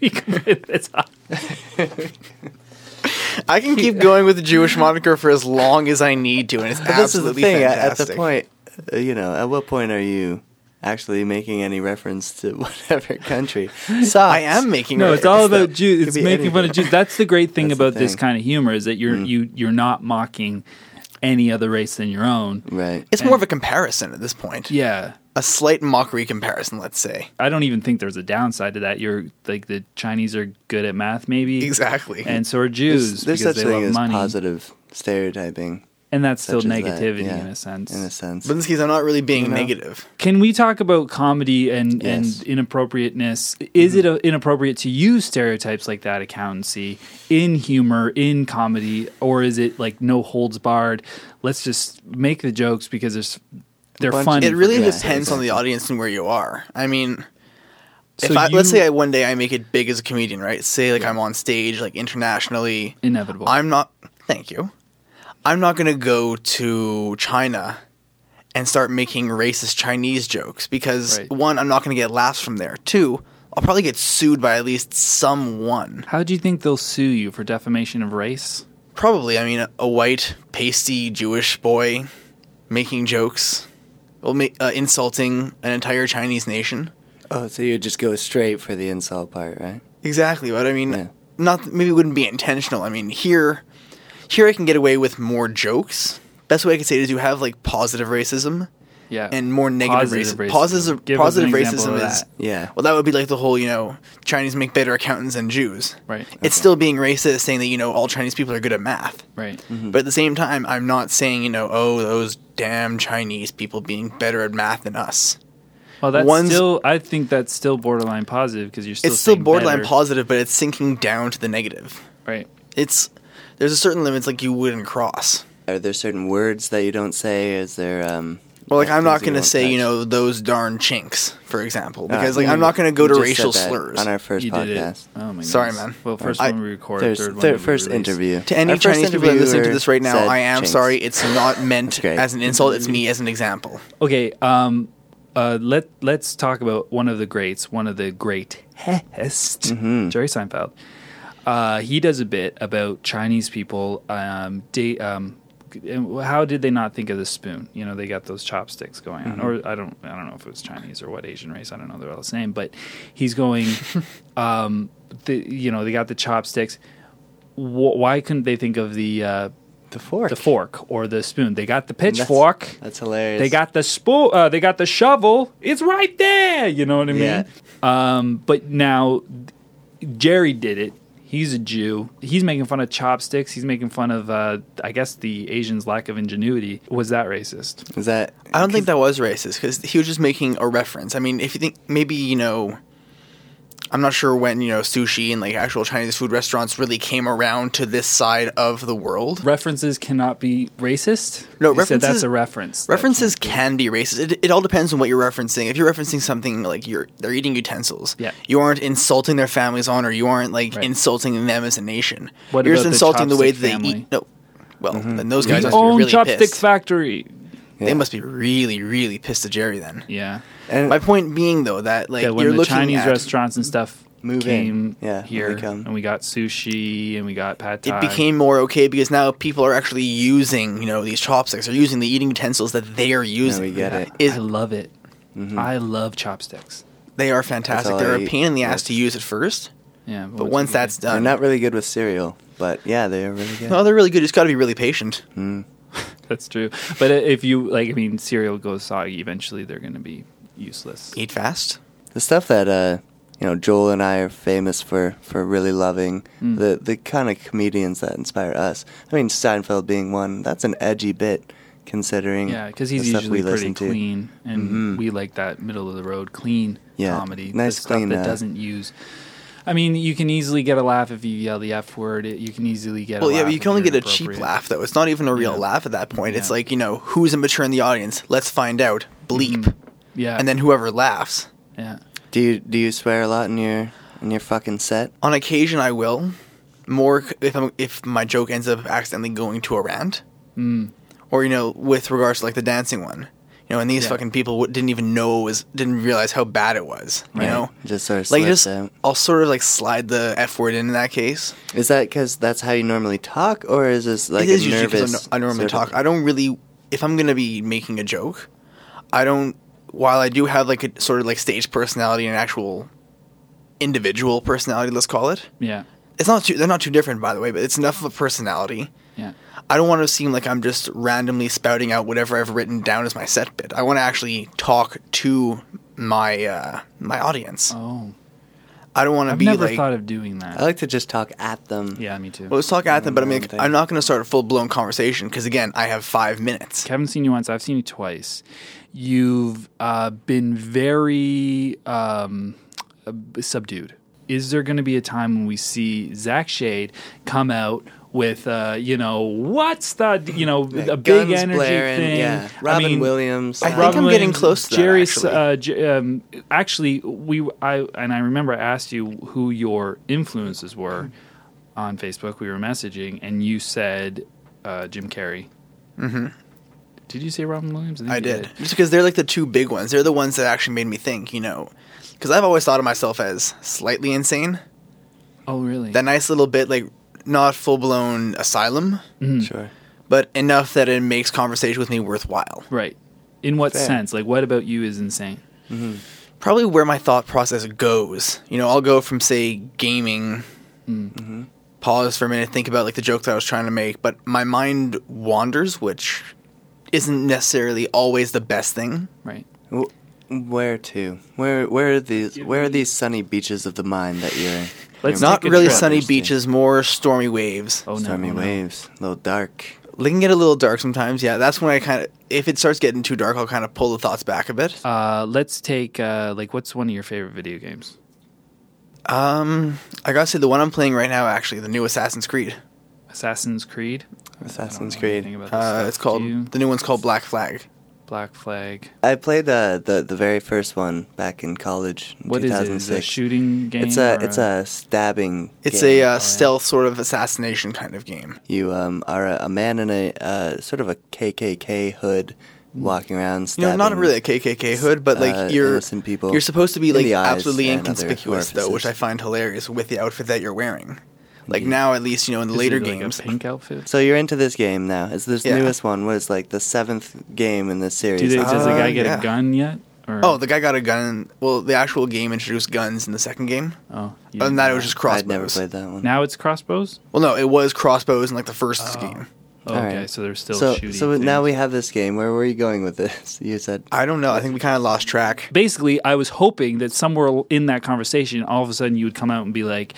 we could- it's hot. I can keep going with the Jewish moniker for as long as I need to, and it's But this is the absolutely thing. At, at fantastic. the point, uh, you know, at what point are you actually making any reference to whatever country? Socks. I am making No, it. it's all about though. Jews. Could It's be making fun of anything. Jews. That's the great thing That's the about this thing. Mm. kind of humor is that you're you you're not mocking any other race than your own. right. It's more of a comparison at this point. Yeah. A slight mockery comparison, let's say. I don't even think there's a downside to that. You're like the Chinese are good at math, maybe, Exactly. and so are Jews There's because such they thing love as money, positive stereotyping. and that's still such as that, negativity yeah, in a sense. In a sense. but in this case, I'm not really being know? negative. Can we talk about comedy and Yes. and inappropriateness? Is it uh inappropriate to use stereotypes like that, accountancy, in humor, in comedy, or is it like no holds barred? Let's just make the jokes because there's they're bunch- fun. It It really Yeah, depends on exactly. the audience and where you are. I mean, if So I, let's you- say I, one day I make it big as a comedian, right? Say like I'm on stage, like internationally. inevitable. I'm not. Thank you. I'm not gonna go to China and start making racist Chinese jokes because Right. one, I'm not gonna get laughs from there. Two, I'll probably get sued by at least someone. How do you think they'll sue you for defamation of race? Probably. I mean, a, white, pasty Jewish boy making jokes, well, ma- uh, insulting an entire Chinese nation. oh, so you just go straight for the insult part, right? Exactly, but I mean, Yeah. not maybe it wouldn't be intentional. I mean, here, here I can get away with more jokes. Best way I could say it is you have like positive racism Yeah, and more negative Uh, Positive racism. racism. Positive, Give us positive an example racism of is that. Yeah. well, that would be like the whole you know Chinese make better accountants than Jews. Right. It's still being racist saying that you know all Chinese people are good at math. right. But at the same time, I'm not saying you know oh those damn Chinese people being better at math than us. Well, that's One's- still. I think that's still borderline positive because you're still. it's still saying borderline better. positive, but it's sinking down to the negative. Right. it's there's a certain limits like you wouldn't cross. Are there certain words that you don't say? Is there um Well, like I'm not things you gonna won't say you touch? know those darn chinks, for example, Ah, because like I'm you- not gonna go you to just said racial that slurs. on our first you did podcast. it. Oh my. Sorry, goodness. man. Well, first I- one we record. There's third one thir- we first release. interview. To any Our first Chinese people that listen to interviewer this right now, said I am chinks. sorry. It's not meant great. as an insult. It's me as an example. Okay. Um. Uh. Let Let's talk about one of the greats. One of the greatest. Jerry Seinfeld. Uh, he does a bit about Chinese people. Um, date. Um, and how did they not think of the spoon? You know, they got those chopsticks going on, or I don't, I don't know if it was Chinese or what Asian race. I don't know. They're all the same, but he's going. um, the, you know, they got the chopsticks. Wh- why couldn't they think of the uh, The fork. the fork or the spoon? They got the pitchfork. That's hilarious. They got the spool. Uh, they got the shovel. It's right there. You know what I mean? Yeah. Um, but now Jerry did it. He's a Jew. He's making fun of chopsticks. He's making fun of, uh, I guess, the Asians' lack of ingenuity. Was that racist? Is that I don't think that was racist because he was just making a reference. I mean, if you think maybe you know, I'm not sure when you know sushi and like actual Chinese food restaurants really came around to this side of the world. References cannot be racist. No, You said that's references- a reference. That- References can be racist. It, it all depends on what you're referencing. If you're referencing something like you're they're eating utensils, Yeah. you aren't insulting their family's honor. You aren't like Right. insulting them as a nation. What you're about just the insulting the, way that chopstick they family? eat. No, well then those We guys must be own really Chopstick pissed. Factory. They must be really really pissed at Jerry then. Yeah. And My point being though that like yeah, when you're the looking Chinese at, restaurants and stuff Move came in. Yeah, when here, they come. and we got sushi and we got pad thai. it became more okay because now people are actually using you know these chopsticks or using the eating utensils that they are using. get it. Is- Mm-hmm. I love it. I love chopsticks. they are That's fantastic. all They're I a eat. pain in the ass That's- to use at first, Yeah, but once that's they're done, not really good with cereal, but yeah, they're really good. no, they're really good. You just got to be really patient. that's true. But i- if you like, I mean, cereal goes soggy. Eventually, they're going to be useless. Eat fast. the stuff that uh you know Joel and I are famous for for really loving the the kind of comedians that inspire us. I mean Seinfeld being one. That's an edgy bit considering Yeah, because the he's stuff usually we pretty listen to. clean, and Mm-hmm. we like that middle of the road clean Yeah, comedy. nice, the stuff clean, that uh, doesn't use. I mean, you can easily get a laugh if you yell the f word. It, you can easily get. Well, a yeah, laugh but you if can only you're get a cheap inappropriate. laugh though. It's not even a real Yeah. laugh at that point. Yeah. It's Mm-hmm. like you know who's immature in the audience. Let's find out. Bleep, Yeah, and then whoever laughs. yeah. Do you do you swear a lot in your in your fucking set? On occasion, I will. More c- if I'm, if my joke ends up accidentally going to a rant, Mm, or you know, with regards to like the dancing one, you know, and these Yeah. fucking people w- didn't even know it was didn't realize how bad it was. You know, Just sort of like slips just out. I'll sort of like slide the f word in in that case. Is that because that's how you normally talk, or is this like it is a usually nervous? because I, normally sort of- talk. I don't really. If I'm gonna be making a joke, I don't. While I do have like a sort of like stage personality and actual individual personality, let's call it. Yeah. It's not too. They're not too different, by the way. But it's enough of a personality. Yeah. I don't want to seem like I'm just randomly spouting out whatever I've written down as my set bit. I want to actually talk to my uh, my audience. Oh, I don't want to I've be never like. thought of doing that. I like to just talk at them. yeah, me too. well, let's talk at them, but I mean, like, thing. I'm not going to start a full blown conversation because again, I have five minutes. haven't seen you once. I've seen you twice. You've uh, been very um, uh, subdued. Is there going to be a time when we see Zach Shade come out with, uh, you know, what's the, you know, a big Guns energy blaring, thing? Yeah, I Robin mean, Williams. uh, I think I'm Robin getting Williams, close to that, Jerry. actually. Uh, J- um, actually, we I and I remember I asked you who your influences were on Facebook. We were messaging, and you said uh, Jim Carrey. Mm-hmm. Did you say Robin Williams? think I you did. Just because they're like the two big ones. They're the ones that actually made me think, you know. Because I've always thought of myself as slightly insane. Oh, really? That nice little bit, like, not full blown asylum, Sure. but enough that it makes conversation with me worthwhile. right. In what Fair. sense? Like, what about you is insane? Probably where my thought process goes. You know, I'll go from, say, gaming, pause for a minute, think about, like, the joke that I was trying to make, but my mind wanders, which isn't necessarily always the best thing. Right. W- Where to? Where where are these where are these sunny beaches of the mind that you're in? Let's Not take a really trip. sunny Interesting. beaches, more stormy waves. Oh no. Stormy oh, no. waves, a little dark. They can get a little dark sometimes. Yeah, that's when I kind of, if it starts getting too dark, I'll kind of pull the thoughts back a bit. Uh, let's take uh, like what's one of your favorite video games? Um, I gotta say the one I'm playing right now, actually, the new Assassin's Creed. Assassin's Creed. Assassin's I don't know anything Creed. about this Uh, stuff. it's Do called you? the new one's called Black Flag. Black Flag. I played the, the the very first one back in college in What is it? 2006. Is it a shooting game? it's a or it's a stabbing. It's game. oh, a uh, stealth sort of assassination kind of game. you um are a, a man in a uh, sort of a KKK hood walking around You know, stabbing. not really a KKK hood, but like uh, you're innocent people you're supposed to be in like the eyes absolutely and other inconspicuous though, orifices. which I find hilarious with the outfit that you're wearing. Like now, at least you know in the is later it like games, a pink outfit. So you're into this game now. It's this Yeah. newest one. What is like the seventh game in this series? Do they, does the Uh, guy get yeah. a gun yet? Or, Oh, the guy got a gun. Well, the actual game introduced guns in the second game. oh, you Other than didn't that, know it was just crossbows. I'd never played that one. Now it's crossbows. Well, no, it was crossbows in like the first game. Oh, All okay, right. so they're still so shooting. so now things. we have this game. Where were you going with this? You said I don't know. I think we kind of lost track. basically I was hoping that somewhere in that conversation, all of a sudden you would come out and be like,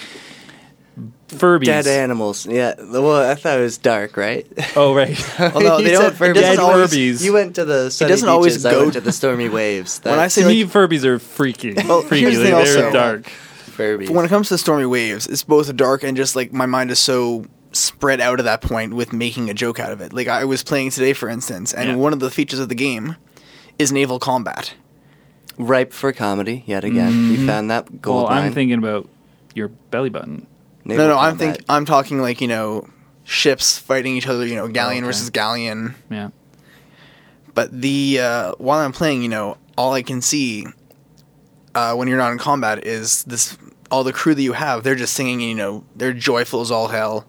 "Furbies." dead animals. Yeah. Well, I thought it was dark, right? Oh right. Although You they said don't- it Furbies. doesn't Dead always- Furbies. You went to the sunny doesn't always beaches, I go- went to the stormy waves. When I That's say to me, like, Furbies are freaky. Well, freaky. here's the Like, thing they're also. dark. Furby. But when it comes to Stormy Waves, it's both dark and just like my mind is so spread out at that point with making a joke out of it. Like I was playing today, for instance, and Yeah. one of the features of the game is naval combat. Ripe for comedy yet again. You found that gold Mm-hmm. Well, mine. I'm thinking about your belly button. Naval no, no, I'm combat. think I'm talking like you know ships fighting each other. You know, galleon Oh, okay. versus galleon. Yeah. But the uh, while I'm playing, you know, all I can see uh, when you're not in combat is this all the crew that you have. They're just singing, you know, they're joyful as all hell.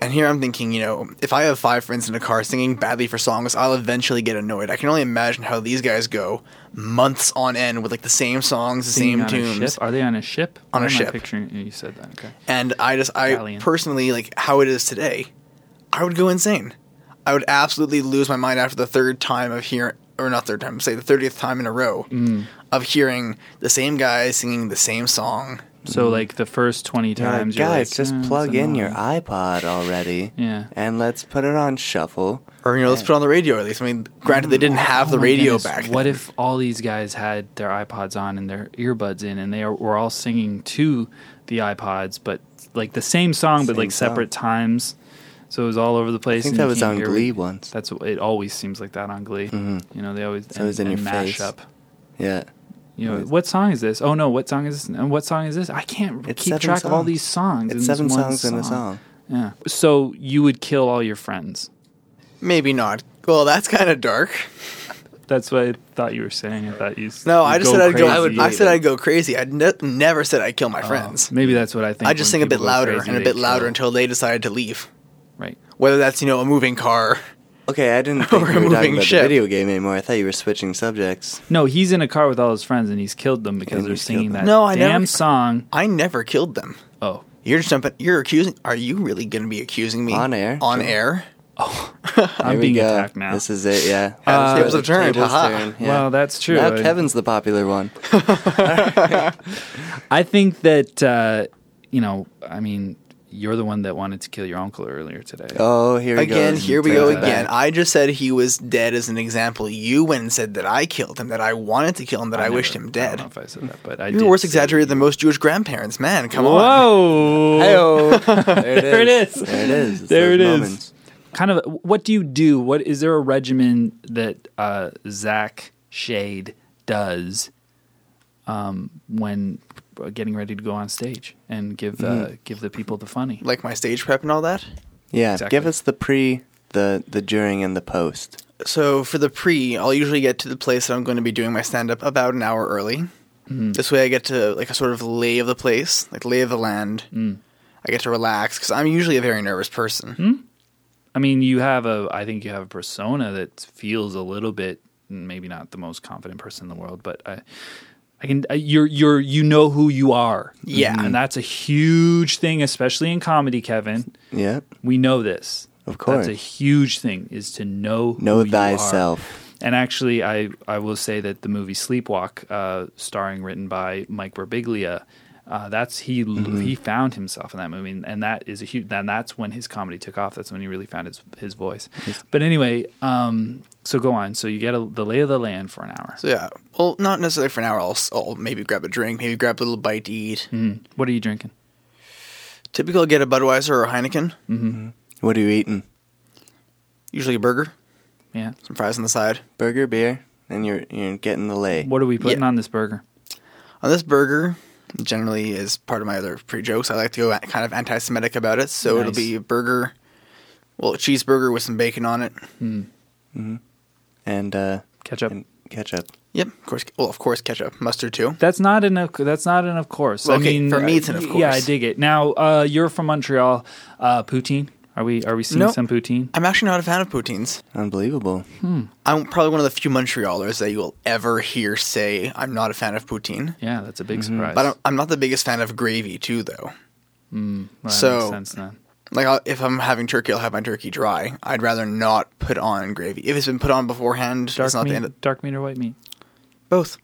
And here I'm thinking, you know, if I have five friends in a car singing badly for songs, I'll eventually get annoyed. I can only imagine how these guys go months on end with like the same songs, the Being same on a tunes. ship? Are they on a ship? On Why a am I ship. Picturing you said that. Okay. And I just, I Italian. personally like how it is today. I would go insane. I would absolutely lose my mind after the third time of hearing, or not third time, say the thirtieth time in a row Mm. of hearing the same guy singing the same song. Mm-hmm. So like the first twenty You're like, times, you're guys, like, just "Eh, it's plug in your annoying." iPod already. Yeah. And let's put it on shuffle. Or you know, let's put on the radio at least. I mean, granted, they didn't have the Oh my radio goodness, back. What then. if all these guys had their iPods on and their earbuds in, and they are, were all singing to the iPods, but like the same song, but Same like song. separate times. So it was all over the place. I think and that you was can't on hear Glee it. Mm-hmm. once. That's what- it. Always seems like that on Glee. You know, they always and, always in and your mash face. up. Yeah. You know, Always. what song is this? Oh no, what song is this? And what song is this? I can't It's keep seven track of all songs. these songs. It's in this seven one songs in a song. Yeah. So you would kill all your friends. Maybe not. Well, that's kind of dark. That's what I thought you were saying. I thought you. s- No, you'd I just said I'd crazy. go. I, would said believe it. I'd go crazy. I ne- never said I'd kill my Oh, friends. maybe that's what I think. I just when sing a bit people go louder crazy, and a they bit louder kill. until they decided to leave. Right. Whether that's you know a moving car. Okay, I didn't think We're we were moving talking about ship. the video game anymore. I thought you were switching subjects. No, he's in a car with all his friends and he's killed them because And they're he's killed singing them. that No, I damn never- song. I never killed them. Oh, You're just jumping. You're accusing. Are you really going to be accusing me On air, On sure. air. I'm Here we being go. attacked now. This is it, yeah. Uh, tables have turned, Tables haha. turn, yeah. Well, that's true. Now I- Kevin's the popular one. I think that uh, you know. I mean, you're the one that wanted to kill your uncle earlier today. Oh, here we go. Again, here we go Turns it again. back. I just said he was dead as an example. You went and said that I killed him, that I wanted to kill him, that I, never- wished him I don't know dead. if I said that, but I You're did worse say- exaggerated than most Jewish grandparents. Man, come on. Whoa! Hey-oh. there, There it is. There it is. It's there it those is. moments. Kind of. What do you do? What is there a regimen that uh, Zach Shade does um, when uh, getting ready to go on stage and give Mm-hmm. uh, give the people the funny? Like my stage prep and all that. Yeah, Exactly. give us the pre, the the during, and the post. So for the pre, I'll usually get to the place that I'm going to be doing my stand up about an hour early. This way, I get to like a sort of lay of the place, like lay of the land. I get to relax because I'm usually a very nervous person. I mean, you have a. I think you have a persona that feels a little bit, maybe not the most confident person in the world, but I, I can. I, you're you're you know who you are. Yeah. and that's a huge thing, especially in comedy, Kevin. Yeah, We know this. Of course. that's a huge thing is to know who know you thyself. Are. And actually, I I will say that the movie Sleepwalk, uh, starring written by Mike Birbiglia, uh, that's he Mm-hmm. he found himself in that movie, and, and that is a huge. And that's when his comedy took off. That's when he really found his his voice. But anyway, um, so go on. So you get a, the lay of the land for an hour. So yeah, well, not necessarily for an hour. I'll, s- I'll maybe grab a drink, maybe grab a little bite to eat. Mm. What are you drinking? Typical, get a Budweiser or a Heineken. What are you eating? Usually a burger, Yeah. some fries on the side. Burger, beer, and you're you're getting the lay. What are we putting Yeah. on this burger? On this burger, generally is part of my other pre jokes. I like to go a- kind of anti-Semitic about it, so it'll Nice. be a burger, well, a cheeseburger with some bacon on it. And uh, Ketchup. and ketchup. Yep, of course. Well, of course, ketchup, mustard too. That's not an of, that's not an of course. I Okay, mean, for me, it's an of y- Yeah, I course. dig it. Now uh, you're from Montreal, uh, poutine. Are we are we seeing Nope. some poutine? I'm actually not a fan of poutines. Unbelievable. I'm probably one of the few Montrealers that you will ever hear say I'm not a fan of poutine. Yeah, that's a big surprise. Mm-hmm. But I'm, I'm not the biggest fan of gravy too, though. Well, that so- makes sense then. Like I'll, if I'm having turkey, I'll have my turkey dry. I'd rather not put on gravy. If it's been put on beforehand, Dark it's not meat, the end. Of, dark meat or white meat? both.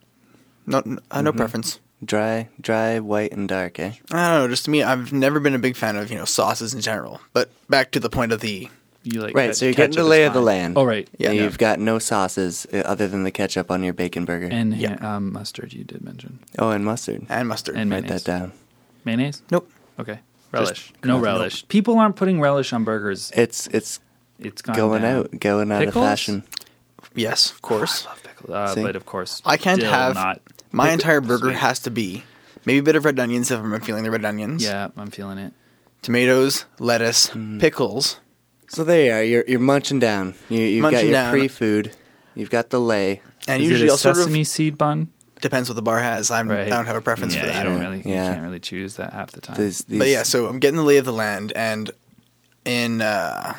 No, n- uh, Mm-hmm. no preference. Dry, dry, white, and dark. Eh. I don't know. Just to me, I've never been a big fan of you know sauces in general. But back to the point of the You like Right. ke- So you're getting ketchup the is lay of the fine. land. Oh right, Yeah, And no. You've got no sauces uh, other than the ketchup on your bacon burger. and Yeah. um, mustard you did mention, oh, and mustard. and mustard. and Write mayonnaise. that down. Mayonnaise? Nope. Okay. Relish. no relish. People aren't putting relish on burgers. It's it's It's gone going down. out, going out Pickles? of fashion. Yes, of course. Love pickles. Uh, See? but of course, I can't dill, have not. my entire burger has to be maybe a bit of red onions if I'm feeling the red onions. Yeah, Mm. I'm feeling it. Tomatoes, lettuce, pickles. So there you are. You're you're munching down. You, you've Munching got your down. pre-food. You've got the lay. And Is usually it I'll a sort of sesame seed bun? depends what the bar has. I'm, Right. I don't have a preference yeah, for that. You don't really. Yeah. You can't really choose that half the time. These, these, But yeah, so I'm getting the lay of the land, and in uh,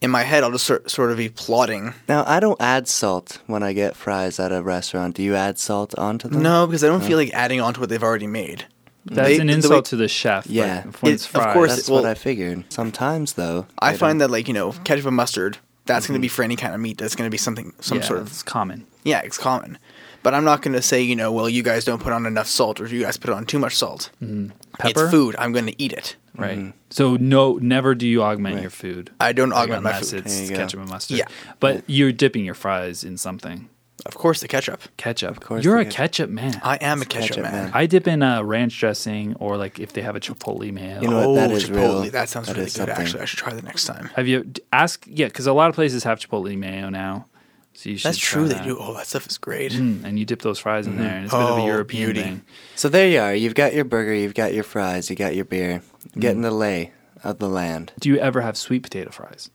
in my head, I'll just sort sort of be plotting. Now I don't add salt when I get fries at a restaurant. Do you add salt onto them? No, because I don't Mm. feel like adding on to what they've already made. That's They- an the way- insult to the chef. Yeah. like, when It- it's of fried. course- That's Well- what I figured. Sometimes though, I find that like you know ketchup and mustard. That's going to be Mm-hmm. for any kind of meat. That's going to be something some yeah, sort of it's common. yeah, it's common. But I'm not going to say you know well you guys don't put on enough salt or you guys put on too much salt. Mm-hmm. Pepper? It's food. I'm going to eat it. Right. Mm-hmm. So no, never do you augment your food. I don't augment my unless food. it's There you go. ketchup and mustard. Yeah. But you're dipping your fries in something. Of course, the ketchup. Ketchup. Of course You're the a ketchup man. I am a ketchup, ketchup, man. man. I dip in uh, ranch dressing or like if they have a chipotle mayo. You know what? That Oh, is Chipotle. real. That sounds That really good. is something. Actually, I should try that next time. Have you d- ask? Yeah, because a lot of places have chipotle mayo now. So you should. That's try true. that. They do. Oh, that stuff is great. Mm, and you dip those fries Mm-hmm. in there, and it's a bit of a Oh, European beauty. thing. So there you are. You've got your burger. You've got your fries. You got your beer. Mm-hmm. Getting the lay of the land. Do you ever have sweet potato fries?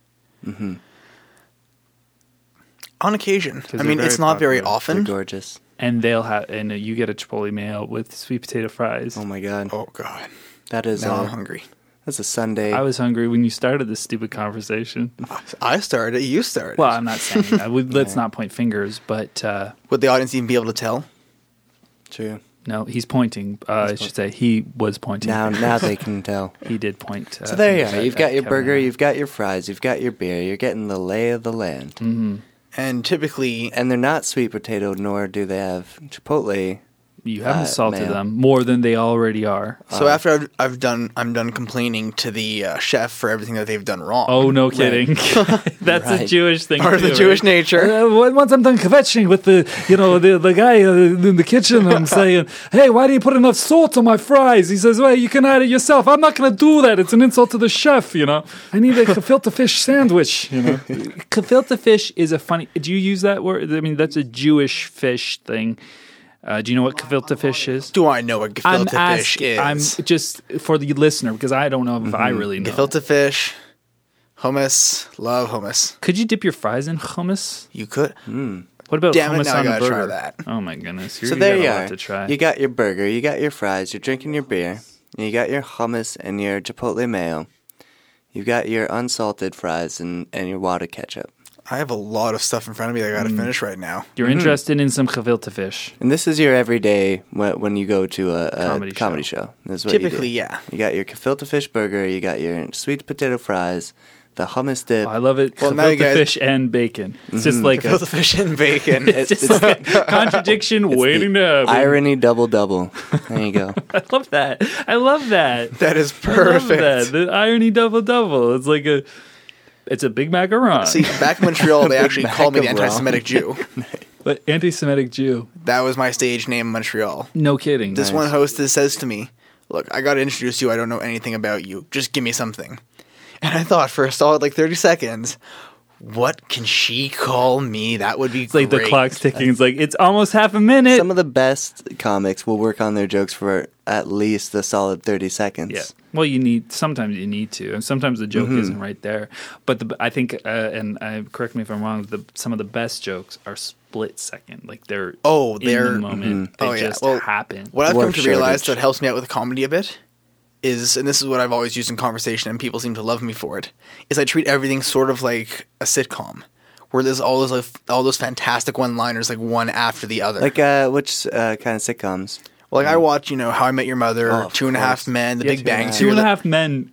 On occasion. I Mm. they're mean, very it's not very popular. They're often. gorgeous. And they'll have, and you get a chipotle mayo with sweet potato fries. Oh my god. Oh God. That is Now I'm a, hungry. that's a Sunday. I was hungry when you started this stupid conversation. I started. You started. Well, I'm not saying that. We, let's not point fingers, but uh, Would the audience even be able to tell? True. no, he's pointing. Uh, I should say he was pointing. Now now they can tell. He did point. Uh, So there you fingers are. at- You've at got your Kevin burger, and I. you've got your fries, you've got your beer, you're getting the lay of the land. Mm. And typically, And they're not sweet potato, nor do they have chipotle. You haven't uh, salted mayo. them more than they already are. so after I've, I've done, I'm done complaining to the uh, chef for everything that they've done wrong. Oh no, kidding! That's a Right. Jewish thing. Part of the too, Jewish right? nature. Uh, when- once I'm done kvetching with the, you know, the, the guy uh, in the kitchen, I'm saying, "Hey, why do you put enough salt on my fries?" He says, "Well, you can add it yourself." I'm not going to do that. It's an insult to the chef. You know, I need a gefilte fish sandwich. You know, gefilte fish is a funny. Do you use that word? I mean, that's a Jewish fish thing. Uh, do you know what gefilte fish is? Do I know what I'm gefilte fish asking. is? Mm-hmm. I'm just for the listener because I don't know if I really know. gefilte fish, hummus. Love hummus. Could you dip your fries in hummus? You could. Mm. What about Damn it, hummus now I on a gotta try burger? that. Oh my goodness! You're, So there you you got a lot are. to try. You got your burger, you got your fries, you're drinking your beer, and you got your hummus and your chipotle mayo. You've got your unsalted fries and, and your water ketchup. I have a lot of stuff in front of me that Mm. I got to finish right now. You're interested in some gefilte fish. And this is your everyday when, when you go to a, a Comedy comedy, show. show. This is what you do. Typically, yeah. You got your gefilte fish burger, you got your sweet potato fries, the hummus dip. I love it. Well, now you gefilte guys- Mm-hmm. fish and bacon. It's just like a Gefilte fish and bacon. It's- just it's like a contradiction waiting to the happen. Irony double double. There you go. I love that. I love that. that is I perfect. love that. The irony double double. It's like a. It's a Big Macaron. See, back in Montreal, they actually Mac called me the of Rome. anti-Semitic Jew. but anti-Semitic Jew. That was my stage name, in Montreal. No kidding. This one hostess says to me, "Look, I got to introduce you. I don't know anything about you. Just give me something." And I thought for a solid like thirty seconds, what can she call me? That would be It's like the great. clock's ticking. It's like it's almost half a minute. Some of the best comics will work on their jokes for at least a solid 30 seconds. Yeah. Well, you need sometimes you need to, and sometimes the joke Mm-hmm. isn't right there. But the, I think, uh, and I, correct me if I'm wrong. The, some of the best jokes are split second, like they're Oh, in they're- the moment. They Oh, yeah. just Well, happen. What I've Dwarf come to realize shortage. that helps me out with comedy a bit is, and this is what I've always used in conversation, and people seem to love me for it, is I treat everything sort of like a sitcom, where there's all those like, all those fantastic one-liners, like one after the other. Like, uh, which uh, kind of sitcoms? Well, like I watch, you know, How I Met Your Mother, Oh, of Two and a Half course. Men, The Yeah, Big Bang Two Theory. and a half men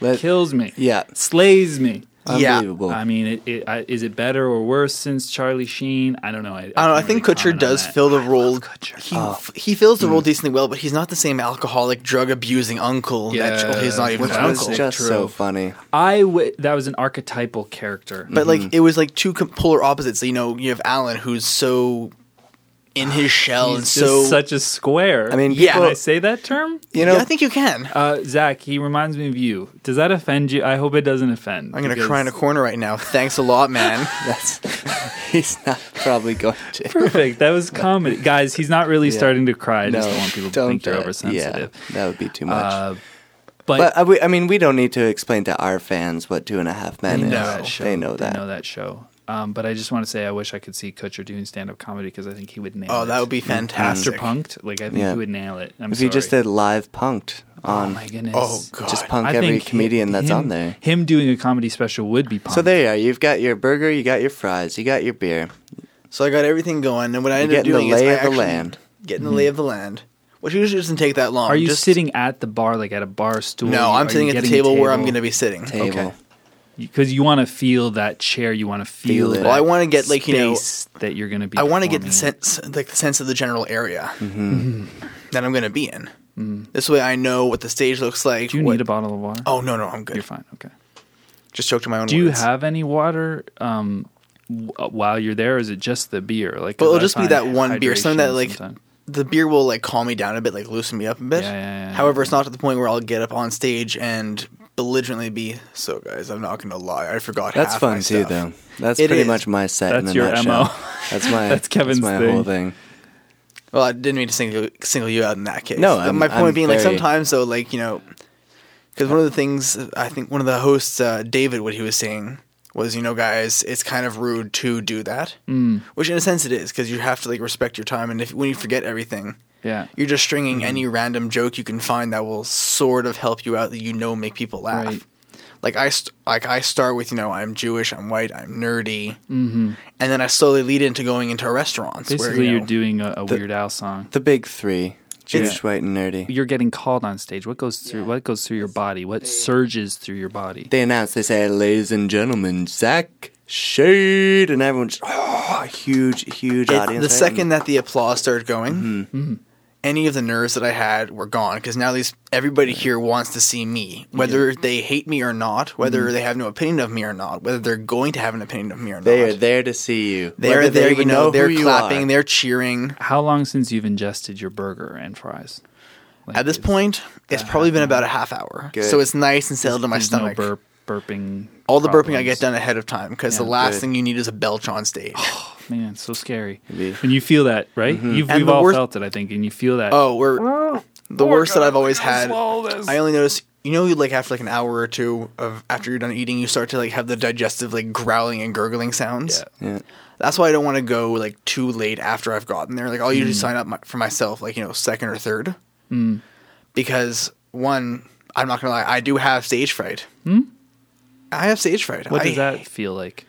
Let- kills me. Yeah. slays me. Yeah. Unbelievable. I mean, it, it, I, is it better or worse since Charlie Sheen? I don't know. I, I don't know. I can't think really Kutcher comment on does that. fill the I role. love Kutcher. He Oh. he fills the role Mm. decently well, but he's not the same alcoholic, drug abusing uncle. that Yeah, well, he's not even which Which an was uncle. just True. so funny. I w- that was an archetypal character. but like it was like two com- polar opposites. You know, you have Alan, who's so in his shell and He's so just such a square. I mean, Yeah. can I people- say that term? you know, yeah, I think you can. Uh, Zach, he reminds me of you. Does that offend you? I hope it doesn't offend. I'm gonna because- cry in a corner right now. Thanks a lot, man. that's he's not probably going to. Perfect. That was comedy, guys. He's not really starting to cry. I just don't want people to don't think they're do it. oversensitive. Yeah, that would be too much. Uh, but I, we, I mean, we don't need to explain to our fans what Two and a Half Men They is. know that show. They know that. They know that show. Um, but I just want to say I wish I could see Kutcher doing stand up comedy because I think he would nail it. Oh, that would be After fantastic. Punked, like I think Yeah. he would nail it. I'm If you just sorry. did live punked Oh on, my goodness. Oh god. just punk I every think hi- comedian that's him- on there. Him doing a comedy special would be punked. So there you are. You've got your burger, you got your fries, you got your beer. So I got everything going, and what I You ended get up in the doing is lay I of the actually land. get in the lay of the land, which usually doesn't take that long. Mm-hmm. Are you Just- sitting at the bar, like at a bar stool? No, I'm Are sitting you at the getting a table, where I'm going to be sitting. Table. Because you want to feel that chair. You want to feel, Feel it. that Well, I wanna get, like, you know, space that you're going to be. I want to get performing the in. sense, like the sense of the general area Mm-hmm. that I'm going to be in. This way, I know what the stage looks like. Do you what- need a bottle of water? Oh no, no, I'm good. you're fine. Okay. Just choked on my own. Do you words. have any water um, w- while you're there? Or is it just the beer? Like, 'cause But it'll I just be find that one beer, something that hydration like sometimes. the beer will like calm me down a bit, like loosen me up a bit. Yeah, yeah, yeah. However, it's not to the point where I'll get up on stage and belligerently be. So, guys, I'm not gonna lie, I forgot. That's half my fun too, stuff." though. That's It pretty is. much my set. in That's a your nutshell. MO. That's my. That's Kevin's my whole thing. Well, I didn't mean to single, single you out in that case. No, But I'm- my point I'm being, like very- sometimes though, like you know, because one of the things I think one of the hosts, uh, David, what he was saying was, you know, guys, it's kind of rude to do that, mm. which in a sense it is because you have to like respect your time, and if when you forget everything, Yeah. you're just stringing Mm-hmm. any random joke you can find that will sort of help you out that you know make people laugh. Right. Like I st- like I start with you know I'm Jewish, I'm white, I'm nerdy, mm-hmm. and then I slowly lead into going into restaurants. Basically, where, you you are know, doing a, a Weird Al song. The big three: Jewish, Yeah. white, and nerdy. You're getting called on stage. What goes through? What goes through your body? What surges through your body? They announce. They say, "Ladies and gentlemen, Zach Shade," and everyone's oh, huge, huge It- audience. the right? second that the applause started going, Mm-hmm. Mm-hmm. any of the nerves that I had were gone because now these everybody here wants to see me, whether they hate me or not, whether Mm-hmm. they have no opinion of me or not, whether they're going to have an opinion of me or not. they are there to see you. They're Whether there, they you even know, who they're you clapping, are. they're cheering. How long since you've ingested your burger and fries? Like, At this is- point, it's probably been about a half hour, Good. so it's nice and settled in my there's no stomach. burp, burping. All the burping I problems. get done ahead of time because the Yeah, last good. thing you need is a belch on stage. Man, it's so scary. Indeed. When you feel that, right? You've, And we've the all worst- felt it, I think, and you feel that. Mm-hmm. oh, we're the oh worst God, that I've always I gotta had. swallow this. I only notice, you know, like after like an hour or two of after you're done eating, you start to like have the digestive like growling and gurgling sounds. Yeah. Yeah. That's why I don't want to go like too late after I've gotten there. Like I'll Mm. usually sign up my, for myself, like you know, second or third, because one, I'm not gonna lie, I do have stage fright. Hmm? I have stage fright. What I, does that feel like?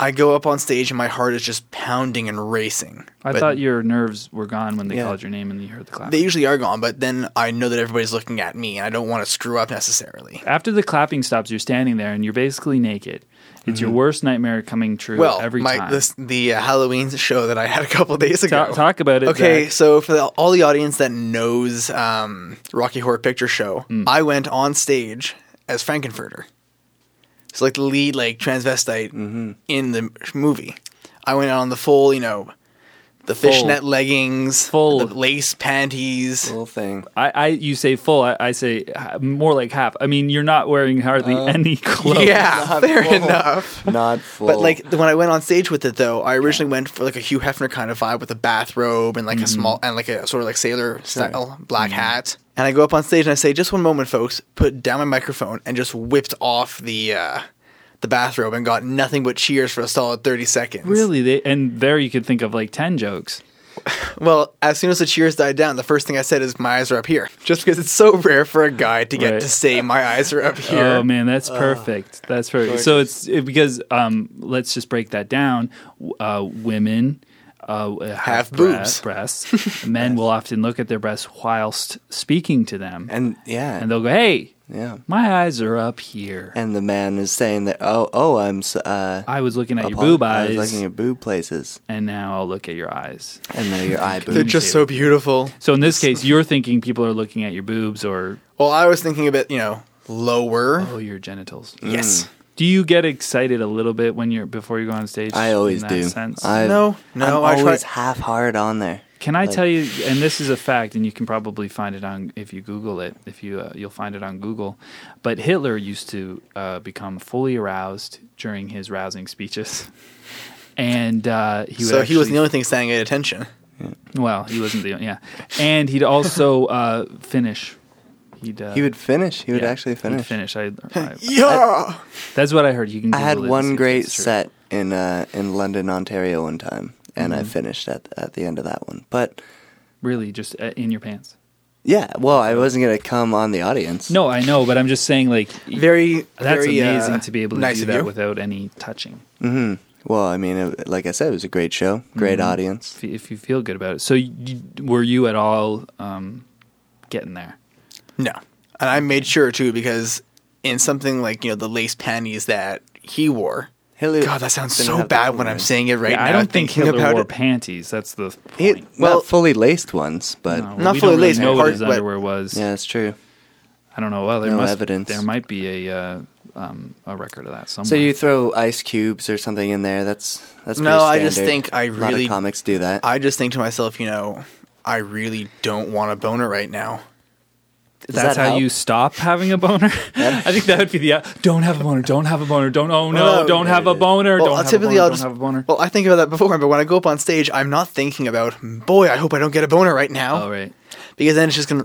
I go up on stage and my heart is just pounding and racing. I But thought your nerves were gone when they Yeah. called your name and you heard the clap. they usually are gone, but then I know that everybody's looking at me, and I don't want to screw up necessarily. After the clapping stops, you're standing there and you're basically naked. It's your worst nightmare coming true Mm-hmm. Well, every my, time. This, the uh, Halloween show that I had a couple days ago. Ta- talk about it. Okay, Zach. so for the, all the audience that knows um, Rocky Horror Picture Show, I went on stage as Frankenfurter. So like the lead like transvestite in the movie. I went out on the full, you know, the fishnet leggings, Full. the lace panties. Whole thing. I, I, you say full. I, I say h- more like half. I mean, you're not wearing hardly any clothes. Uh, yeah, fair enough. Not full. But like th- when I went on stage with it though, I originally went for like a Hugh Hefner kind of vibe with a bathrobe and Mm-hmm. like a small and like a sort of like sailor style black hat. And I go up on stage and I say, "Just one moment, folks." Put down my microphone and just whipped off the uh, the bathrobe and got nothing but cheers for a solid thirty seconds. Really, they, and there you could think of like ten jokes. Well, as soon as the cheers died down, the first thing I said is, "My eyes are up here," just because it's so rare for a guy to get Right. to say, "My eyes are up here." Oh man, Uh, that's perfect. That's perfect. So it's it, because um, let's just break that down. W- Uh, women uh, have, Have boobs. bre- breasts. Men will often look at their breasts whilst speaking to them, and yeah, and they'll go, "Hey, yeah. my eyes are up here. And the man is saying that. Oh, oh, I'm. s- Uh, I was looking at your apo- boob I was eyes, looking at boob places, and now I'll look at your eyes." and they're your eye They're boobs. just so beautiful. So in this case, you're thinking people are looking at your boobs or Well, I was thinking a bit, you know, lower. oh your genitals. Yes. Do you get excited a little bit when you're before you go on stage? I always in that do. Sense? I, No, no, I I'm try- always half hard on there. Can I Like- tell you? And this is a fact, and you can probably find it on if you Google it. If you uh, you'll find it on Google. But Hitler used to uh, become fully aroused during his rousing speeches, and uh, he would so he was actually- the only thing standing at attention. well, he wasn't the yeah, and he'd also uh, finish. He'd uh, He would finish. He would yeah, actually he'd finish. finish. I, I- Yeah. that's what I heard. You can. I Google had it and see one if great it's true. set in uh, in London, Ontario, one time, and Mm-hmm. I finished at at the end of that one. But Really, just uh, in your pants. yeah, well, I wasn't gonna come on the audience. No, I know, but I'm just saying, like, very. that's very, uh, amazing to be able to nice do of that you. without any touching. Well, I mean, it, like I said, it was a great show, great audience. if you, if you feel good about it. So, you, were you at all um, getting there? No, and I made sure too because in something like you know the lace panties that he wore. Hillary- God, that sounds didn't so have bad that when I'm one. saying it right Yeah, now. I don't think thinking Hitler about wore it. panties. That's the He, point. Well- not fully laced ones, but No, not we fully don't really laced, know what part- his but- underwear was. yeah, that's true. I don't know. Well, there No must evidence. there might be a uh, um, a record of that somewhere. So you throw ice cubes or something in there. That's that's No, pretty I just standard. think I a lot really- of comics do that. I just think to myself, you know, I really don't want a boner right now. Does that's that how help? you stop having a boner. I think that would be the uh, don't have a boner, don't have a boner, don't oh no, Well, don't there have it a is. boner, Well, don't, I'll have a typically boner I'll don't just, have a boner. Well, I think about that before, but when I go up on stage, I'm not thinking about, boy, I hope I don't get a boner right now, All Oh, right. because then it's just gonna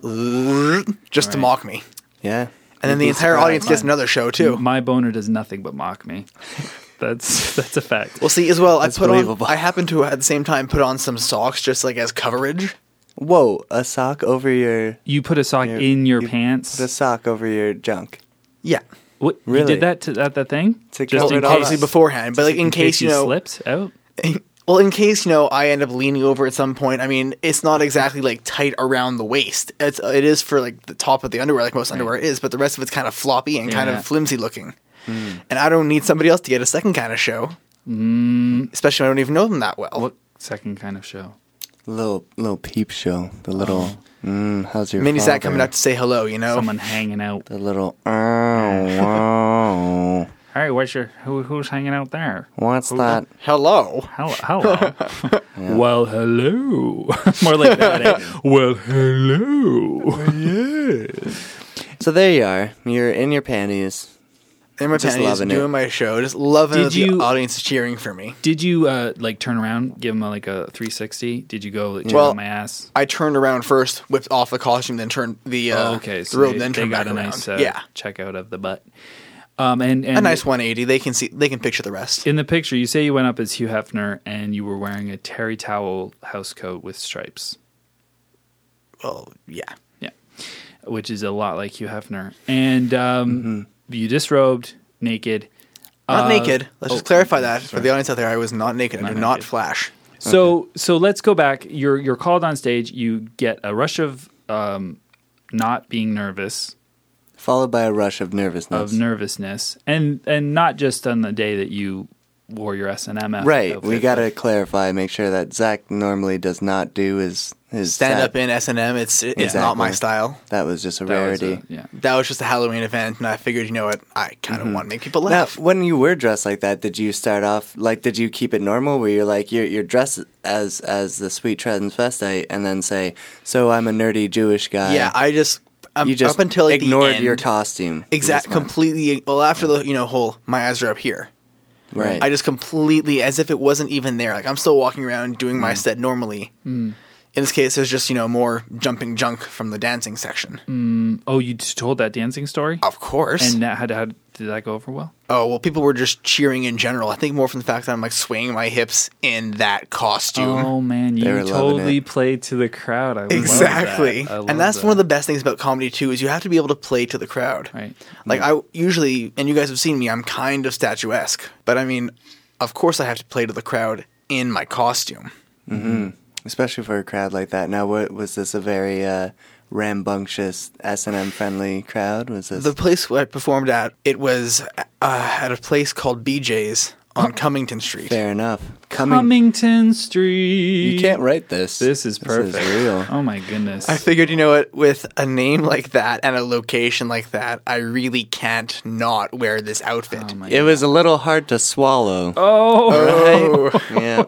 just to Right. mock me, Yeah, and then the entire audience gets another show too. My boner does nothing but mock me. That's that's a fact. Well, see, as well, I put believable. on. I happen to at the same time put on some socks just like as coverage. Whoa, a sock over your You put a sock Yeah, in your you pants. the sock over your junk. Yeah, What you Really? did that to that that thing? To Just cover in it case, up. obviously beforehand, but like in, case, you know, slipped out. well, in case you know, I end up leaning over at some point. I mean, it's not exactly like tight around the waist. It's it is for like the top of the underwear, like most underwear is, but the rest of it's kind of floppy and kind Yeah. of flimsy looking. And I don't need somebody else to get a second kind of show, especially when I don't even know them that well. What second kind of show? Little little peep show. The little mm, how's your Mini father? Zach coming out to say hello, you know. Someone hanging out. The little oh, wow. Hey, what's your who, who's hanging out there? What's that? Hello. Hello. hello. Well, hello. More like that. eh? Well, hello. So there you are. You're in your panties. In my Just panties, loving doing it. my show, just loving Did that the you- audience is cheering for me. Did you uh, like turn around, give him a, like a 360? Did you go like, check Well, out my ass? I turned around first, whipped off the costume, then turned the uh, oh, okay, so the robe, they, then they turned got back a around. nice uh, yeah, check out of the butt. Um, and, and a nice 180. They can see, they can picture the rest. in the picture, you say you went up as Hugh Hefner and you were wearing a terry towel house coat with stripes. well, yeah, Yeah. Which is a lot like Hugh Hefner. And um, Mm-hmm. you disrobed, naked. not Uh, naked. Let's oh, just clarify that for sorry. the audience out there. I was not naked. I did not naked. flash. So so let's go back. You're you're called on stage, you get a rush of um, not being nervous, Followed by a rush of nervousness. of nervousness. And and not just on the day that you wore your S and M right. We gotta clarify, make sure that Zach normally does not do his his Stand set. up in S and M. It's it's not Exactly. my style. That was just a that was rarity. a- yeah. That was just a Halloween event, and I figured, you know what, I kind Mm-hmm. of want to make people Now, laugh. when you were dressed like that, did you start off like? Did you keep it normal? Where you're like you're you're dressed as as the sweet transvestite, and then say, "So I'm a nerdy Jewish guy." yeah, I just um, you just up until like, the ignored end, your costume. You exact just went, completely. Well, after the you know whole, my eyes are up here. right. I just completely, as if it wasn't even there. Like I'm still walking around doing Mm. my set normally. In this case, there's just you know more jumping junk from the dancing section. Oh, you just told that dancing story? Of course. And that had had did that go over well? oh well, people were just cheering in general. I think more from the fact that I'm like swaying my hips in that costume. Oh man, you were loving totally it. played to the crowd. I Exactly, love that. I love and that's that. one of the best things about comedy too is you have to be able to play to the crowd. Right. Like I usually, and you guys have seen me, I'm kind of statuesque, but I mean, of course I have to play to the crowd in my costume. especially for a crowd like that. Now, what was this a very uh, rambunctious S and M friendly crowd? Was this The place where I performed at, it was uh, at a place called BJ's on Cummington Street. Fair enough. Coming. Cummington Street. You can't write this. This is perfect. This is real. Oh my goodness. I figured, you know what, with a name like that and a location like that, I really can't not wear this outfit. Oh my- It was a little hard to swallow. oh, Oh. yeah.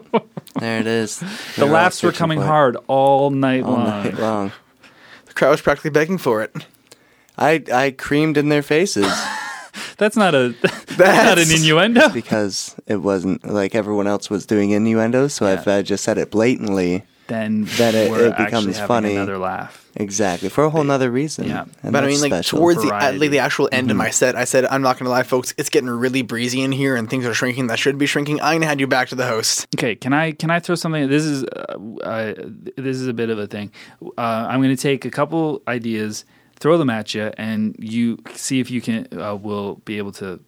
There it is. the laughs were coming hard all night All long. night long. the crowd was practically begging for it. I, I creamed in their faces That's not a that's, not That's- an innuendo. because it wasn't like everyone else was doing innuendos. So if I just said it blatantly, Then Then it- we're it becomes actually having funny. Another laugh. exactly for a whole nother reason. Yeah. And But I that's mean, like special. towards the at, Variety. like the actual end of my set, I said, "I'm not gonna lie, folks. It's getting really breezy in here, and things are shrinking that should be shrinking. I'm gonna hand you back to the host." Okay, can I can I throw something? This is uh, uh, this is a bit of a thing. Uh, I'm going to take a couple ideas, throw them at you, and you see if you can uh, will be able to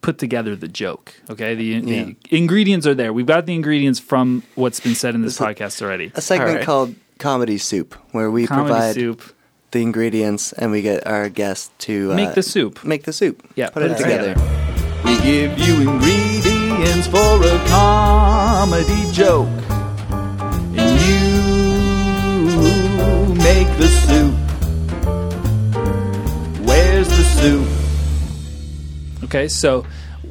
put together the joke. Okay, the, the Yeah. ingredients are there. We've got the ingredients from what's been said in this podcast already. a segment Alright. called Comedy Soup, where we Comedy provide soup. the ingredients and we get our guests to uh, Make the soup. Make the soup. Yeah, put, it together. We give you ingredients for a comedy joke, and you make the soup. Where's the soup? Okay, so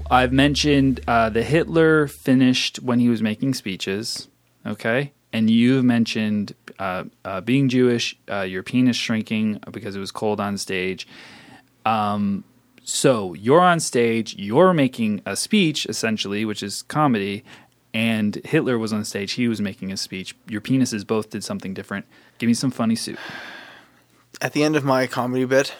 I've mentioned uh, the Hitler finished when he was making speeches. Okay, and you've mentioned uh, uh, being Jewish, uh, your penis shrinking because it was cold on stage. So you're on stage, you're making a speech essentially, which is comedy, and Hitler was on stage, he was making a speech. Your penises both did something different. Give me some funny soup. At the end of my comedy bit,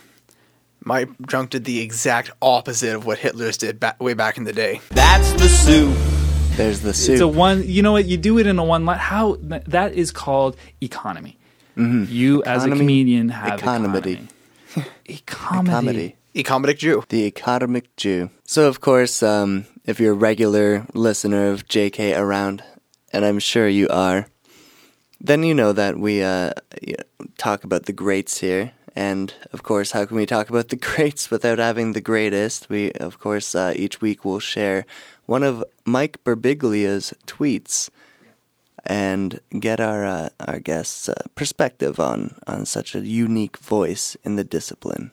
my drunk did the exact opposite of what Hitler's did ba- way back in the day. That's the soup. There's the soup. It's a one. You know what? You do it in a one line. How that is called economy. You as a Mm-hmm. Economy. comedian have Economedy. economy. Economy. comedy. Ecomedic Jew. The economic Jew. So, of course, um, if you're a regular listener of JK Around, and I'm sure you are, then you know that we uh, you know, talk about the greats here. And, of course, how can we talk about the greats without having the greatest? We, of course, uh, each week will share one of Mike Birbiglia's tweets and get our, uh, our guests' uh, perspective on, on such a unique voice in the discipline.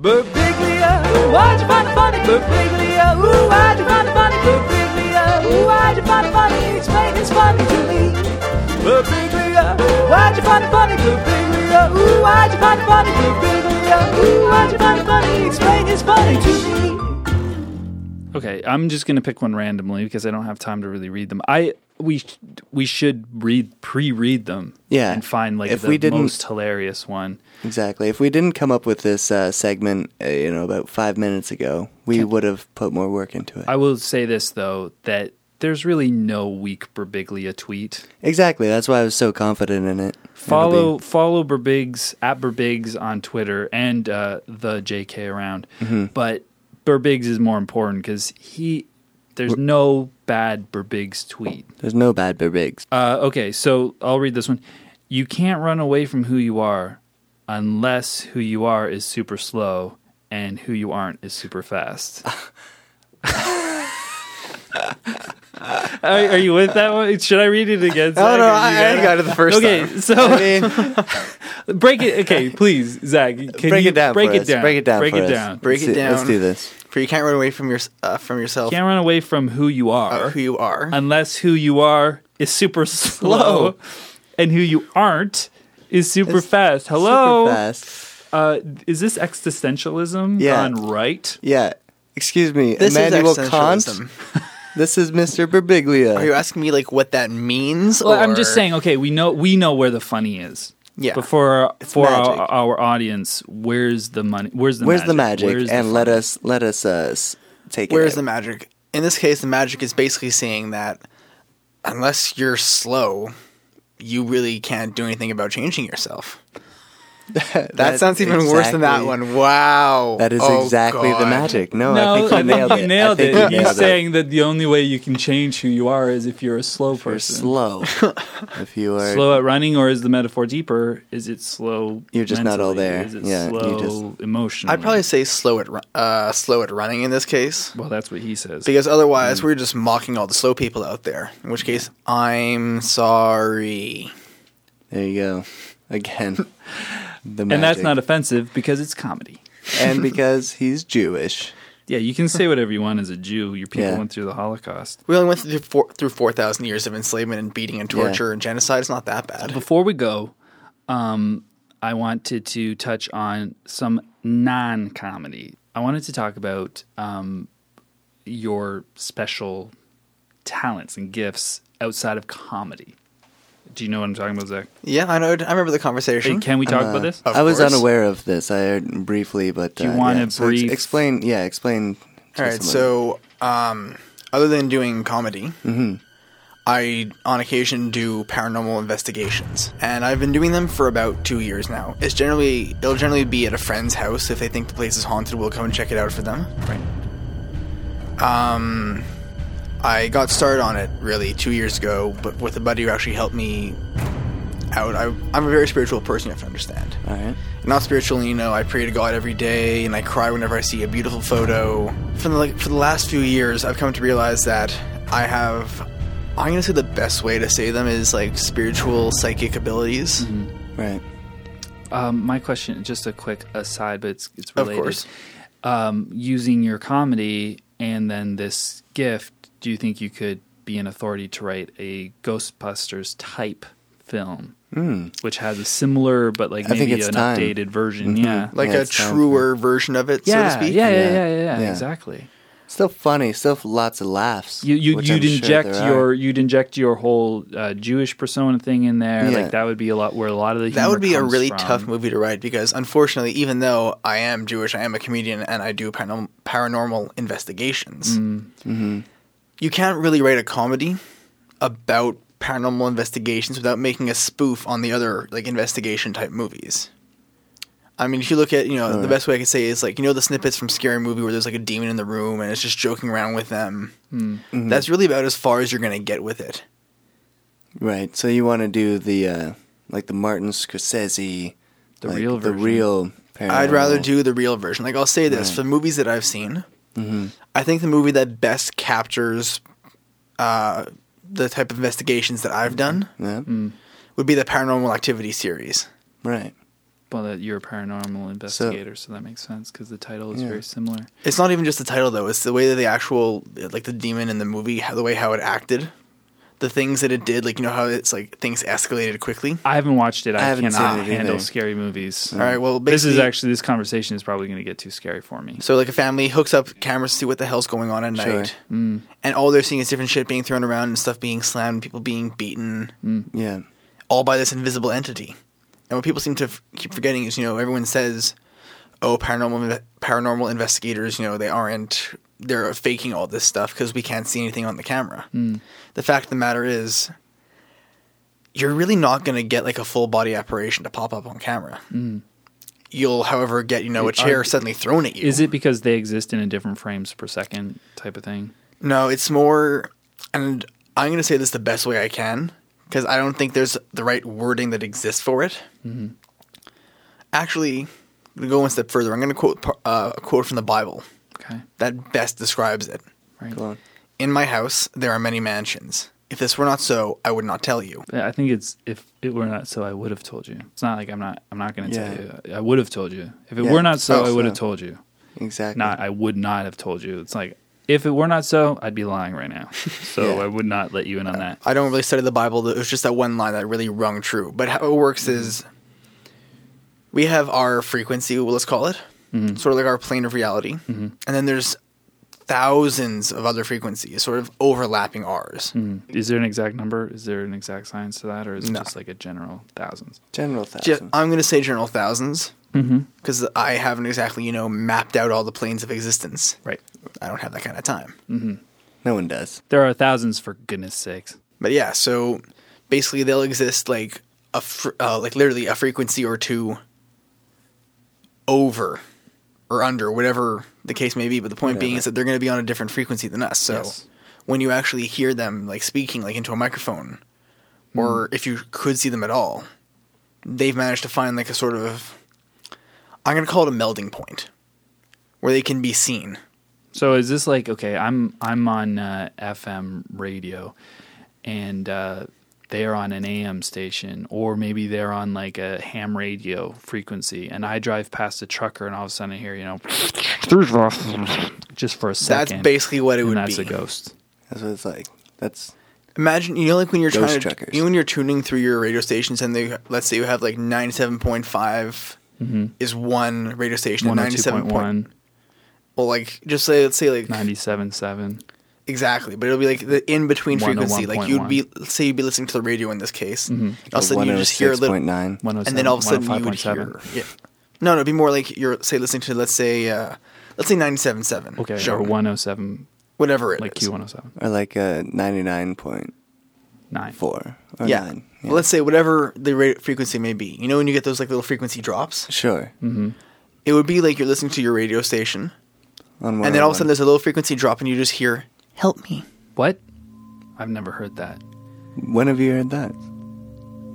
Burbiglia, why'd you find it funny? Burbiglia, ooh, why'd you find it funny? Burbiglia, ooh, why'd you find it funny? Explain it's funny to me. Burbiglia, why'd you find it funny? Burbiglia, ooh, why'd you find it funny? Burbiglia, ooh, why'd you find it funny? Explain it's funny to me. Okay, I'm just gonna pick one randomly because I don't have time to really read them. I we sh- we should read pre-read them, Yeah. and find like If the we didn't- most hilarious one. Exactly. If we didn't come up with this uh, segment, uh, you know, about five minutes ago, we would have put more work into it. I will say this though that there's really no weak Berbiglia tweet. exactly. That's why I was so confident in it. It'll Follow be- follow Berbigs at Berbigs on Twitter and uh, the JK around, but Berbigs is more important because he there's no bad Berbigs tweet. There's no bad Berbigs. Uh, okay, so I'll read this one. You can't run away from who you are unless who you are is super slow and who you aren't is super fast. are, are you with that one? Should I read it again? Oh Zach, no, or you I, I got it the first Okay, time. so I mean, break it. Okay, please, Zach. Can break you it down. Break for it us. down. Break it down. Break for it us. down. Break Let's it do- Let's down. do this. For you can't run away from your uh, from yourself, Can't run away from who you are. uh, who you are. unless who you are is super slow, and who you aren't is super It's fast. Hello, Super fast. Uh, is this existentialism Yeah. on right? Yeah. Excuse me, this Immanuel is Kant. existentialism. This is Mr. Are you Berbiglia. asking me like what that means? Well, I'm just or- saying. Okay, we know we know where the funny is. Yeah. but for for our, magic. our audience, where's the money? Where's the Where's magic? the magic? Where's the and fun? let us let us uh, s- take it. Where's out. the magic? In this case, the magic is basically saying that unless you're slow, you really can't do anything about changing yourself. That sounds even worse than that exactly- one. Wow. That is Oh, exactly the God. magic. No, I No, think you nailed it. nailed I it. think you He's nailed it. saying that the only way you can change who you are is if you're a slow If you're person. slow. if you are slow at running, or is the metaphor deeper? Is it slow? You're just not all mentally? there. Is it Yeah, you slow just- emotionally? I'd probably say slow at ru- uh, slow at running in this case Well, that's what he says. because otherwise Mm. we're just mocking all the slow people out there. In which case, I'm sorry. There you go. Again. The and that's magic. not offensive because it's comedy. and because he's Jewish. Yeah, you can say whatever you want as a Jew. Your people Yeah. went through the Holocaust. We only went through four, through four thousand years of enslavement and beating and Yeah. torture and genocide. It's not that bad. Before we go, um, I wanted to touch on some non-comedy. I wanted to talk about um, your special talents and gifts outside of comedy. Do you know what I'm talking about, Zach? Yeah, I know. I remember the conversation. Can we talk Uh, about this? Of I was course. unaware of this. I heard briefly, but you uh, wanna yeah. So ex- brief- explain? Yeah, explain. to All right. somebody. So, um, other than doing comedy, I on occasion do paranormal investigations, and I've been doing them for about two years now. It's generally it'll generally be at a friend's house if they think the place is haunted. We'll come and check it out for them. Um, Right. I got started on it really two years ago, but with a buddy who actually helped me out. I, I'm a very spiritual person. You have to understand. all right. not spiritually, you know, I pray to God every day and I cry whenever I see a beautiful photo. For the, like, for the last few years, I've come to realize that I have, I'm going to say the best way to say them is like spiritual psychic abilities. Mm-hmm. Right. Um, my question, just a quick aside, but it's it's Of related. course. Um, using your comedy and then this gift, do you think you could be an authority to write a Ghostbusters type film, which has a similar but like Hmm. think maybe it's an time. Mm-hmm. updated version? Yeah, Like Yeah, a it sounds- truer version of it, yeah, so to speak. yeah, yeah, yeah, Yeah. yeah, yeah, Yeah. exactly. Still funny. Still lots of laughs. You you which you'd I'm sure inject there are. your you'd inject your whole uh, Jewish persona thing in there. Yeah. Like that would be a lot where a lot of the That humor would be a comes really from. tough movie to write because, unfortunately, even though I am Jewish, I am a comedian and I do paranormal, paranormal investigations, Mm, mm-hmm. you can't really write a comedy about paranormal investigations without making a spoof on the other like investigation type movies. I mean, if you look at you know the best way I can say is like you know the snippets from Scary Movie where there's like a demon in the room and it's just joking around with them. Hmm. Mm-hmm. Mm-hmm. That's really about as far as you're gonna get with it. Right. So you want to do the uh, like the Martin Scorsese, The like, real the version. real. Paranormal. I'd rather do the real version. Like I'll say this for the movies that I've seen, Mm-hmm, I think the movie that best captures uh, the type of investigations that I've done Yeah. Mm. would be the Paranormal Activity series. Right. Well, that you're a paranormal investigator, so, that makes sense because the title is Yeah. very similar. It's not even just the title though; it's the way that the actual like the demon in the movie, how, the way how it acted, the things that it did. Like you know how it's like things escalated quickly. I haven't watched it. I, I haven't seen cannot it either. handle scary movies. All right, well, this is basically- actually this conversation is probably going to get too scary for me. So like a family hooks up cameras to see what the hell's going on at Sure. night, mm, and all they're seeing is different shit being thrown around and stuff being slammed, people being beaten. Yeah. all by this invisible entity. And what people seem to f- keep forgetting is, you know, everyone says, "Oh, paranormal inve- paranormal investigators, you know, they aren't they're faking all this stuff because we can't see anything on the camera." The fact of the matter is, you're really not going to get like a full body apparition to pop up on camera. You'll, however, get you know a chair suddenly thrown at you. Is it because they exist in a different frames per second type of thing? No, it's more, and I'm going to say this the best way I can because I don't think there's the right wording that exists for it. Actually, to go one step further, I'm going to quote par- uh, a quote from the Bible Okay, that best describes it. right. Go on. In my house, there are many mansions. If this were not so, I would not tell you. I think it's if it were not so, I would have told you. It's not like I'm not. I'm not going to Yeah. tell you. I would have told you if it Yeah. were not so. Oh, I would have so. told you. Exactly. Not. I would not have told you. It's like if it were not so, I'd be lying right now. So Yeah. I would not let you in on that. I don't really study the Bible. It was just that one line that really rung true. But how it works is we have our frequency, well, let's call it, sort of like our plane of reality. And then there's thousands of other frequencies sort of overlapping ours. Is there an exact number? Is there an exact science to that, or is it No. just like a general thousands? General Ju- thousand. I'm going to say general thousands because I haven't exactly, you know, mapped out all the planes of existence. Right. I don't have that kind of time. no one does. There are thousands, for goodness sakes. But yeah, so basically they'll exist like a fr- uh, like literally a frequency or two over or under, whatever the case may be. But the point being is that they're going to be on a different frequency than us. So Yes. when you actually hear them like speaking like into a microphone, or Mm. if you could see them at all, they've managed to find like a sort of I'm going to call it a melding point where they can be seen. So is this like okay? I'm I'm on uh, FM radio, and uh, they're on an AM station, or maybe they're on like a ham radio frequency, and I drive past a trucker, and all of a sudden I hear you know, just for a That's second. basically what it and would that's be. a ghost. That's what it's like. That's Imagine you know like when you're Ghost trying to trackers. you know, when you're tuning through your radio stations and they let's say you have like 97.5 is one radio station and 97.1 102.1, well like just say let's say like 97.7. exactly but it'll be like the in between frequency like you'd 101.1. be let's say you'd be listening to the radio in this case and all of a a sudden you just hear a little 106.9. and then all of a sudden you would 105.7. hear yeah no no it'd be more like you're say listening to let's say uh let's say 97.7 Okay, sure or 107, whatever it like is. Q107. Or like a 99.4 Nine. or yeah. 9. Well, let's say whatever the rate frequency may be you know when you get those like little frequency drops Sure. Hmm. it would be like you're listening to your radio station, On and then all 101. of a sudden there's a low frequency drop, and you just hear "Help me." What? I've never heard that. When have you heard that?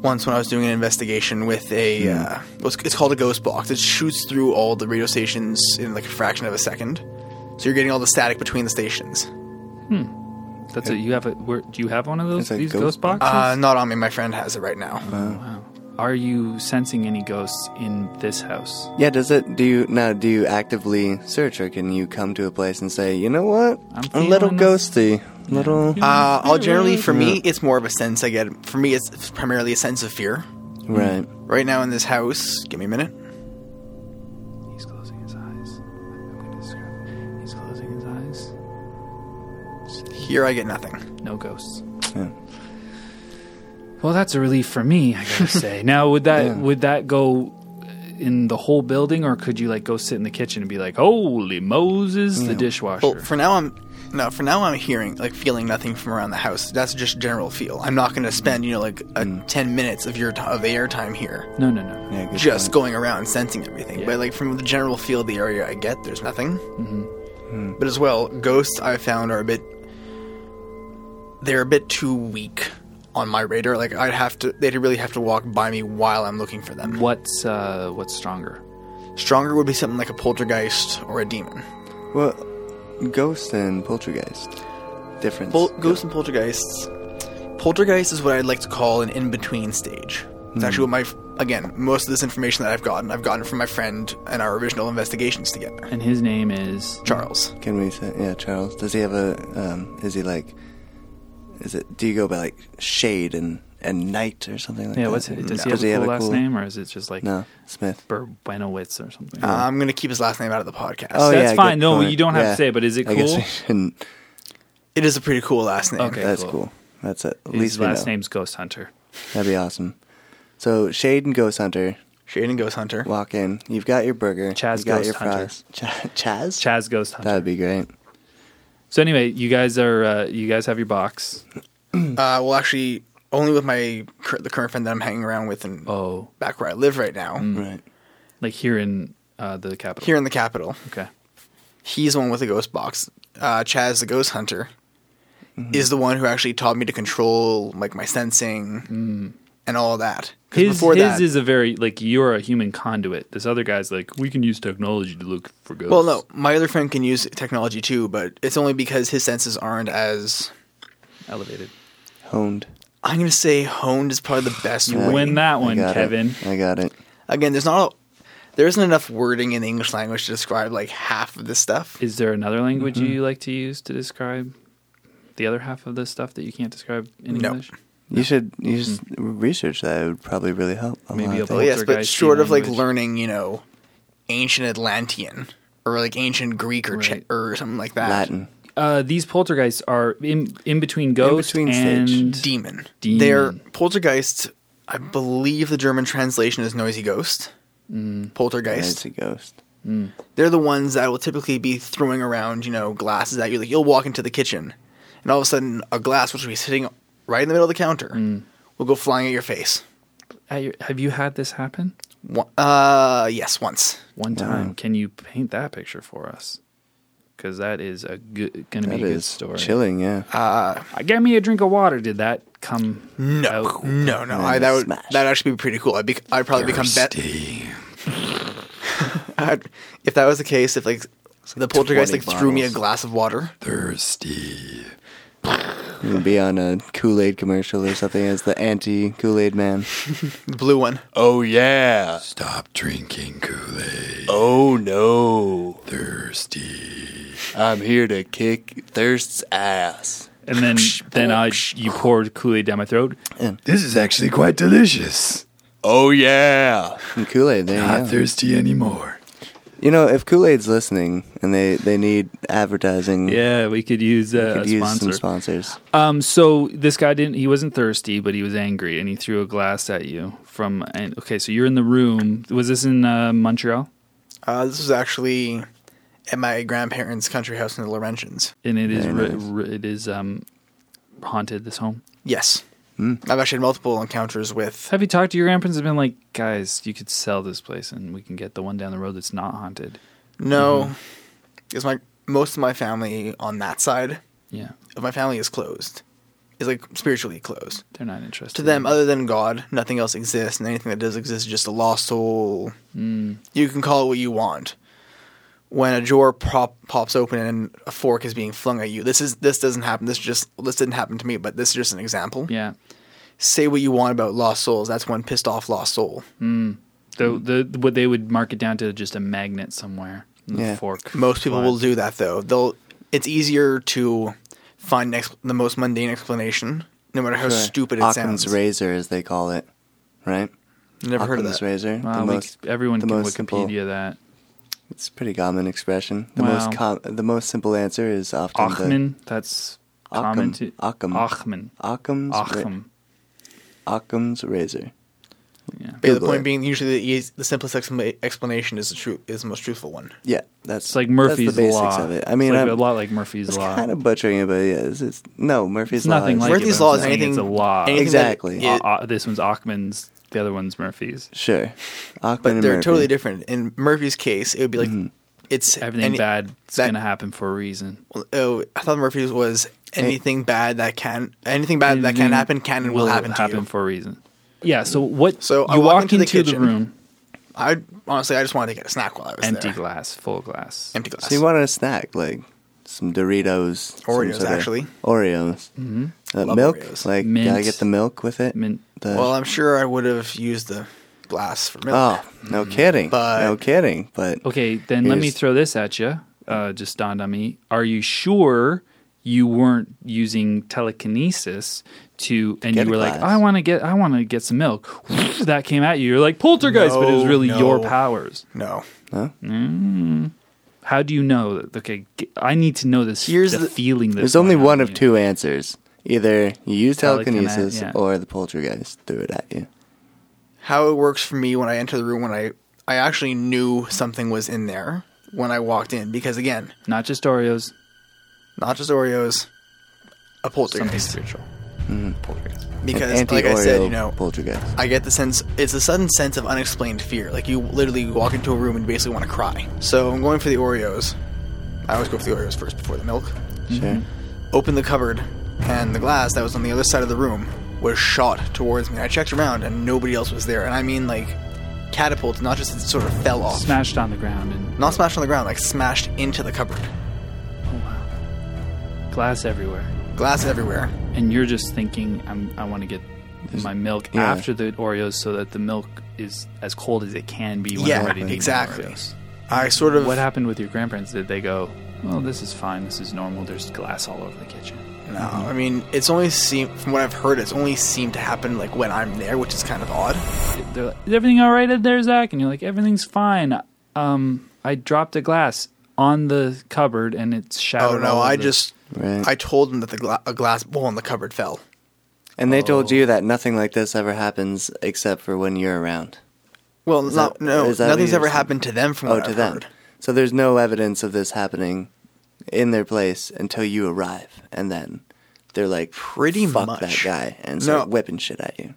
Once, when I was doing an investigation with a, uh, what's, it's called a ghost box. It shoots through all the radio stations in like a fraction of a second, so you're getting all the static between the stations. That's it. You have a. Where, do you have one of those? It's a These ghost ghost boxes? Uh, not on me. My friend has it right now. Uh, Are you sensing any ghosts in this house? Yeah, does it do you now do you actively search or can you come to a place and say, "You know what? I'm a little feeling- ghosty." Little Uh, I'll generally, for me, it's more of a sense I get. For me, it's primarily a sense of fear. right. Right now in this house, give me a minute. He's closing his eyes. I'm gonna describe- He's closing his eyes. Here I get nothing. No ghosts. Yeah. Well, that's a relief for me, I gotta say. now, would that Yeah. would that go uh, in the whole building, or could you like go sit in the kitchen and be like, "Holy Moses, the dishwasher"? Well, for now I'm no. For now I'm hearing like feeling nothing from around the house. That's just general feel. I'm not going to spend you know like a ten minutes of your t- of airtime here no, no, no, no. Yeah, good just point. going around sensing everything. But like from the general feel of the area I get, there's nothing. But as well, ghosts I found are a bit they're a bit too weak on my radar. Like I'd have to they'd really have to walk by me while I'm looking for them. What's uh, what's stronger? Stronger would be something like a poltergeist or a demon. Well, ghost and poltergeist. Difference. Pol- Ghosts and poltergeists. Poltergeist is what I'd like to call an in-between stage. It's Hmm. actually what my f- again most of this information that I've gotten, I've gotten from my friend and our original investigations together, And his name is Charles. Hmm. Can we say yeah, Charles? Does he have a um is he like is it do you go by like shade and and night or something like Yeah, that? what's it? Does he have a cool last name, or is it just like No, Smith. Berwenowitz or something? Uh, I'm gonna keep his last name out of the podcast. Oh, that's yeah, fine. good No, point. you don't have to Yeah. say it, but is it I guess cool? we shouldn't. It is a pretty cool last name. Okay. That's cool. cool. That's it. At His least we last know. name's Ghost Hunter. That'd be awesome. So Shade and Ghost Hunter Shade and Ghost Hunter. walk in. You've got your burger. Chaz you've got Ghost your Hunter. fries. Ch- Chaz. Chaz Ghost Hunter. That'd be great. so anyway, you guys are uh, you guys have your box. Uh, well, actually, only with my cur- the current friend that I'm hanging around with and Oh, Hmm. back where I live right now, Right. like here in uh, the capital. here in the capital. Okay. He's the one with the ghost box. Uh, Chaz, the ghost hunter, Mm-hmm. is the one who actually taught me to control like my sensing and all that. 'Cause Mm. His before his that, is a very like you're a human conduit. This other guy's like we can use technology to look for ghosts. well, no, my other friend can use technology too, but it's only because his senses aren't as elevated. Honed. I'm gonna say honed is probably the best You way. win that I one, got it. Kevin. I got it. Again, there's not a, there isn't enough wording in the English language to describe like half of this stuff. Is there another language you like to use to describe the other half of this stuff that you can't describe in No. English? You should you should Hmm. research that. It would probably really help. A Maybe a lot, I think. Well, yes, but poltergeisty short of like language. learning, you know, ancient Atlantean or like ancient Greek or Right. Czech or something like that. Latin. Uh, these poltergeists are in in between ghosts between and stage. Demon. Demon. They're poltergeist. I believe the German translation is noisy ghost. It's Poltergeist. a ghost. They're the ones that will typically be throwing around, you know, glasses at you. Like you'll walk into the kitchen, and all of a sudden, a glass which will be sitting right in the middle of the counter will go flying at your face. At your- have you had this happen? One- Uh, yes, once. one time. Can you paint that picture for us? Because that is a good, going to be That a good is story. Ah. chilling, yeah. I get me a drink of water. Did that come? No, out? no, no. I, that would smash. that would actually be pretty cool. I'd, be, I'd probably become bet. I'd, if that was the case, if like the poltergeist like 20 threw me a bottles. glass of water, Thirsty. You'd be on a Kool Aid commercial or something as the anti Kool Aid man. the blue one. Oh yeah. Stop drinking Kool-Aid. Oh no. Thirsty. I'm here to kick thirst's ass. And then, then I, you poured Kool Aid down my throat. This is actually quite delicious. Oh yeah. Kool Aid, there Ah, you Not go. thirsty anymore. You know, if Kool Aid's listening and they, they need advertising, Yeah, we could use uh, could a use sponsor. some sponsors. Um, so this guy didn't. He wasn't thirsty, but he was angry, and he threw a glass at you from. And okay, so you're in the room. Was this in uh, Montreal? Uh, this was actually at my grandparents' country house in the Laurentians. And it is Very re- nice. re- it is um haunted. This home. Yes, I've actually had multiple encounters with. Have you talked to your grandparents and been like, guys, you could sell this place, and we can get the one down the road that's not haunted. No, because my most of my family on that side Yeah, of my family is closed, is like spiritually closed. they're not interested. to them other than God, nothing else exists, and anything that does exist is just a lost soul. You can call it what you want. When a drawer pop, pops open and a fork is being flung at you, this is this doesn't happen. This just this didn't happen to me, but this is just an example. yeah. Say what you want about lost souls. That's one pissed off lost soul. Mm. The, the what they would mark it down to just a magnet somewhere. and the Yeah. fork. Most people flies. will do that though. They'll. It's easier to find ex- the most mundane explanation, no matter how Sure. stupid it Occam's sounds. razor, as they call it, right? Never heard of Occam's that. razor. Wow, the we- most, everyone the can most simple- Wikipedia that. It's a pretty common expression. The most Wow. com- the most simple answer is often Achman. That's Occam, common. to- Occam. Achman. the Occam's, ra- Achman. Occam's razor. But the Google point it. being, usually the, eas- the simplest expla- explanation is the truth is the most truthful one. Yeah, that's It's like Murphy's that's the basics law. of it. I mean, it's like I'm, a lot like Murphy's it's law. kind of butchering it, but yeah, it's, it's no Murphy's it's law. nothing is- like Murphy's it, but Law I'm is saying anything- it's a law. anything that Exactly. it- Uh, uh, this one's Achman's. The other one's Murphy's. Sure, Ockman but and they're Murphy. totally different. In Murphy's case, it would be like it's Everything any- bad's that- gonna happen for a reason. Oh, I thought Murphy's was anything bad that can anything bad that can Anything happen can and will, happen, to you. for a reason. Yeah. So what? So I you walk walk into into, the, the kitchen. room, I honestly, I just wanted to get a snack while I was empty there. glass, full glass. Empty glass. So you wanted a snack like some Doritos, some Oreos, sort of- actually. Oreos, mm-hmm. uh, Love milk. Oreos. Like, gotta Mint. get the milk with it. Mint. The, well, I'm sure I would have used the glass for milk. oh, no kidding, But- no kidding. But Mm-hmm. Okay, then let me Here's- throw this at you. Uh, just dawned on me. Are you sure you weren't using telekinesis to? And Get you were a like, glass. I want to get, I want to get some milk. that came at you. You're like poltergeist, but it was No, really your no. powers. No, How do you know? that- Okay, g- I need to know this. Here's Here's the, the- feeling. That's there's only going one on of in you. two answers. Either you use Telekinesis, telekinesis yeah. or the poltergeist threw it at you. how it works for me when I enter the room when I I actually knew something was in there when I walked in because again, Not just Oreos. not just Oreos, a Something poltergeist. spiritual. Mm-hmm. An Because anti-Oreo like I said, you know, poltergeist. I get the sense it's a sudden sense of unexplained fear. Like you literally walk into a room and basically want to cry. So I'm going for the Oreos. I always go for the Oreos first before the milk. Sure. Mm-hmm. Open the cupboard, and the glass that was on the other side of the room was shot towards me. I checked around and nobody else was there. And I mean like catapults, not just it sort of fell off. Smashed on the ground and Not smashed on the ground, like smashed into the cupboard. glass everywhere. Glass everywhere. And you're just thinking, I'm, I want to get my milk yeah. after the Oreos so that the milk is as cold as it can be when Yeah, I'm ready to eat my exactly. Oreos. I sort of What happened with your grandparents? Did they go, well, this is fine, this is normal, there's glass all over the kitchen? No, I mean it's only seem from what I've heard, it's only seemed to happen like when I'm there, which is kind of odd. They're like, is everything all right in there, Zach? And you're like, everything's fine. Um, I dropped a glass on the cupboard and it's shattered. Oh no, all over I the-" just Right. I told him that the gla- a glass bowl in the cupboard fell. And they Oh. told you that nothing like this ever happens except for when you're around. Well, not, that- no, is that what nothing's you ever said? happened to them from Oh, what to I've them. heard. So there's no evidence of this happening in their place until you arrive, and then they're like, Pretty "Fuck much. that guy," and No. start whipping shit at you.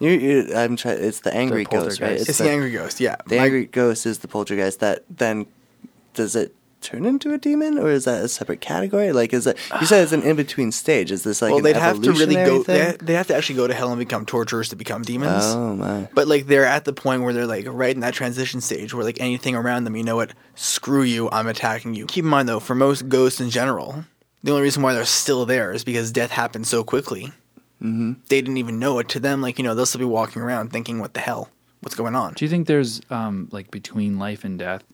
You, you, I'm try- It's the angry ghost, right? poltergeist. It's, the, angry ghost. Yeah, The My- angry ghost is the poltergeist that then does it turn into a demon or is that a separate category? Like, is that you said it's an in between stage? Is this like well, an they'd have to really evolutionary go. They, Thing? ha- they'd have to actually go to hell and become torturers to become demons. Oh my! But like they're at the point where they're like right in that transition stage where like anything around them, you know what? Screw you, I'm attacking you. Keep in mind though, for most ghosts in general, the only reason why they're still there is because death happened so quickly. Mm-hmm. They didn't even know it. To them, like you know, they'll still be walking around thinking, "What the hell? What's going on?" Do you think there's um, like between life and death,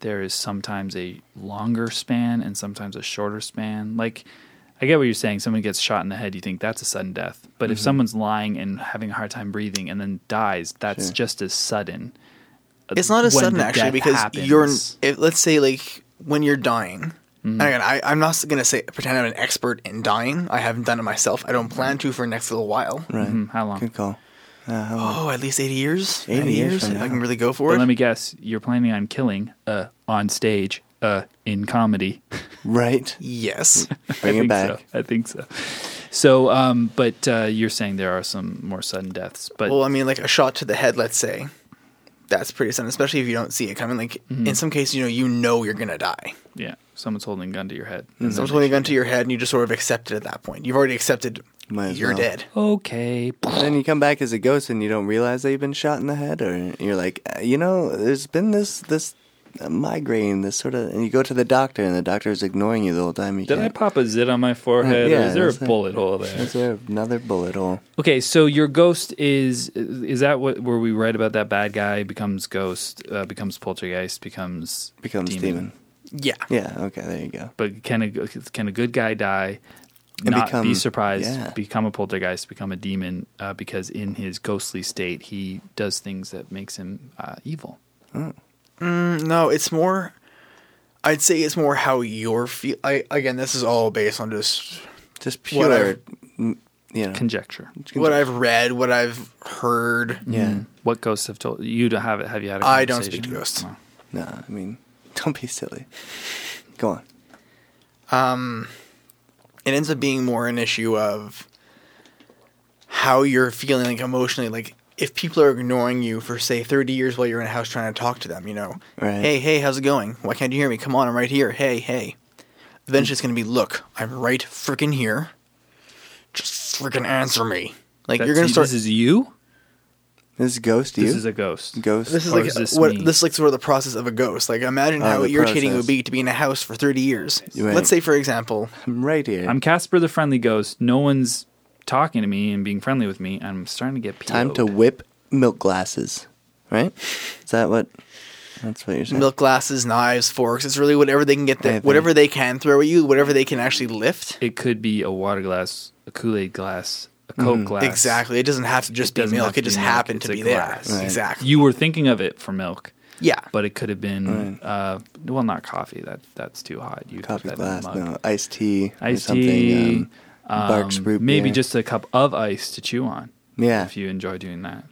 there is sometimes a longer span and sometimes a shorter span? Like, I get what you're saying. Someone gets shot in the head, you think that's a sudden death. But Mm-hmm. if someone's lying and having a hard time breathing and then dies, that's just as sudden. uh, It's not as when sudden the actually death because you're. happens. If, let's say like when you're dying. and Again, I, I'm not gonna say pretend I'm an expert in dying. I haven't done it myself. I don't plan to for the next little while. Right. Mm, how long? Good call. Oh, at least 80 years. 80 90 years from If I now. can really go for But it. let me guess, you're planning on killing uh, on stage uh, in comedy. Right. yes. Bring think it back. So. I think so. So, um, but uh, you're saying there are some more sudden deaths, but well, I mean, like a shot to the head, let's say. That's pretty sudden, especially if you don't see it coming. Like in some cases, you know, you know you're gonna die. yeah, someone's holding a gun to your head. Someone's holding a gun to your head, and you just sort of accept it at that point. You've already accepted Might as you're well. dead. Okay, Then you come back as a ghost and you don't realize that you've been shot in the head, or you're like, "Uh, you know, there's been this this uh, migraine, this sort of, and you go to the doctor and the doctor is ignoring you the whole time. You Did I can't- pop a zit on my forehead? Yeah, or is there a that's it. bullet hole there? Is there another bullet hole? Okay, so your ghost is is that what were we right about that bad guy becomes ghost, uh, becomes poltergeist, becomes Becomes demon. Yeah. Yeah. Okay. There you go. But can a can a good guy die? And not be become- surprised, yeah. become a poltergeist, become a demon, uh, because in his ghostly state he does things that makes him uh, evil. No, it's more. I'd say it's more how you're feel. I, again, this is all based on just Just What I- pure, mm, you know. Conjecture. what I've read, what I've heard. yeah. What ghosts have told you to have it? Have you had? a I don't conversation? speak to ghosts. Well, No, I mean, don't be silly. Go on. it ends up being more an issue of how you're feeling like emotionally like if people are ignoring you for say 30 years while you're in a house trying to talk to them you know Right. hey hey how's it going why can't you hear me come on i'm right here hey hey eventually it's going to be look i'm right freaking here just freaking answer me like that's you're going you- to start This is you. This is ghost. You. This is a ghost. ghost. this is or like is this what me? this is like sort of the process of a ghost like imagine how Uh, the irritating it would process. be to be in a house for 30 years Right. let's say for example I'm right here. I'm Casper the friendly ghost. No one's talking to me and being friendly with me. I'm starting to get PO'd. Time to whip milk glasses. Right? Is that what? That's what you're saying. milk glasses, knives, forks. It's really whatever they can get I there, think- whatever they can throw at you, whatever they can actually lift. It could be a water glass, a Kool Aid glass, a Mm-hmm. Coke glass. Exactly. It doesn't have to just be doesn't have milk. to It just be milk. happened It's to a be glass. there. Right. Exactly. You were thinking of it for milk, yeah. but it could have been uh, well, not coffee. That that's too hot. You put Coffee that in a glass. mug. No, iced tea. or Iced something, tea. Um, Barks um, root maybe beer. just a cup of ice to chew on. Yeah. if you enjoy doing that.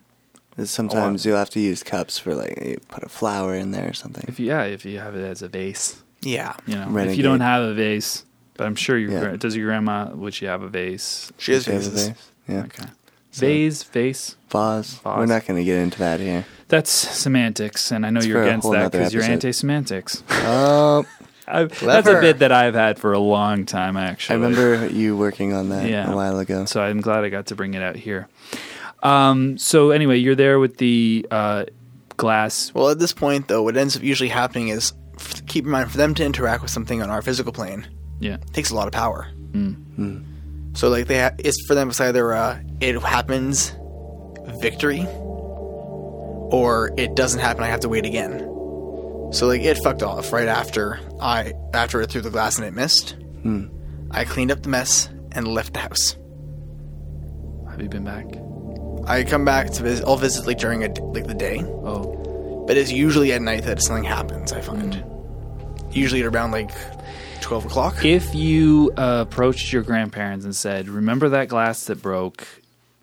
Sometimes you'll have to use cups for like you put a flower in there or something. If you, yeah, if you have it as a vase, yeah. you know, if you Renegade. don't have a vase, but I'm sure your Yeah. gra- does your grandma would she have a vase? She has Do you have a faces. vase? Yeah. Okay, vase, vase. Vase. We're Vase. not going to get into that here. That's semantics, and I know you're for a against whole that nother because you're episode. anti-semantics. Um, I, that's a Clever. bit that I've had for a long time, I actually. remember you working on that Yeah. a while ago. so I'm glad I got to bring it out here. Um, so anyway, you're there with the uh, glass. Well, at this point, though, what ends up usually happening is f- keep in mind for them to interact with something on our physical plane Yeah, takes a lot of power. Hmm. So, like, they ha- it's for them it's either uh, it happens, victory, or it doesn't happen. I have to wait again. So, like, it fucked off right after I after it threw the glass and it missed. Hmm. I cleaned up the mess and left the house. have you been back? I come back to visit. I'll visit like during a d- like the day, Oh, but it's usually at night that something happens. I find usually at around like twelve o'clock. if you uh, approached your grandparents and said, "Remember that glass that broke?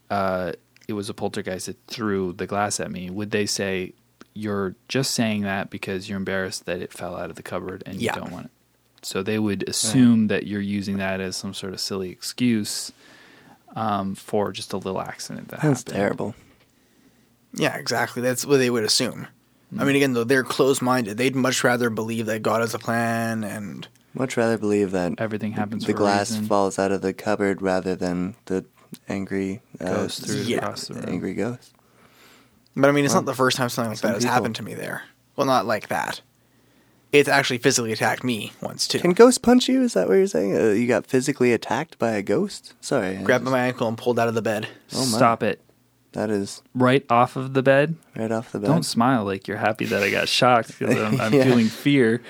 Uh, it was a poltergeist that threw the glass at me," would they say? You're just saying that because you're embarrassed that it fell out of the cupboard and Yeah. you don't want it. So they would assume that you're using that as some sort of silly excuse um, for just a little accident that That's happened. terrible. Yeah, exactly. That's what they would assume. Hmm. I mean, again, though, they're closed minded. They'd much rather believe that God has a plan and. Much rather believe that Everything happens for The a glass reason. falls out of the cupboard rather than the angry uh, Goes through Yeah. across the room. angry ghost. But I mean, it's not the first time something like some that has people- happened to me there. Well, not like that. It's actually physically attacked me once, too. Can ghost punch you? Is that what you're saying? Uh, you got physically attacked by a ghost? Sorry. I Grabbed just- my ankle and pulled out of the bed. Oh, my. Stop it. That is Right off of the bed. right off the bat. Don't smile like you're happy that I got shocked because I'm, I'm Yeah. feeling fear.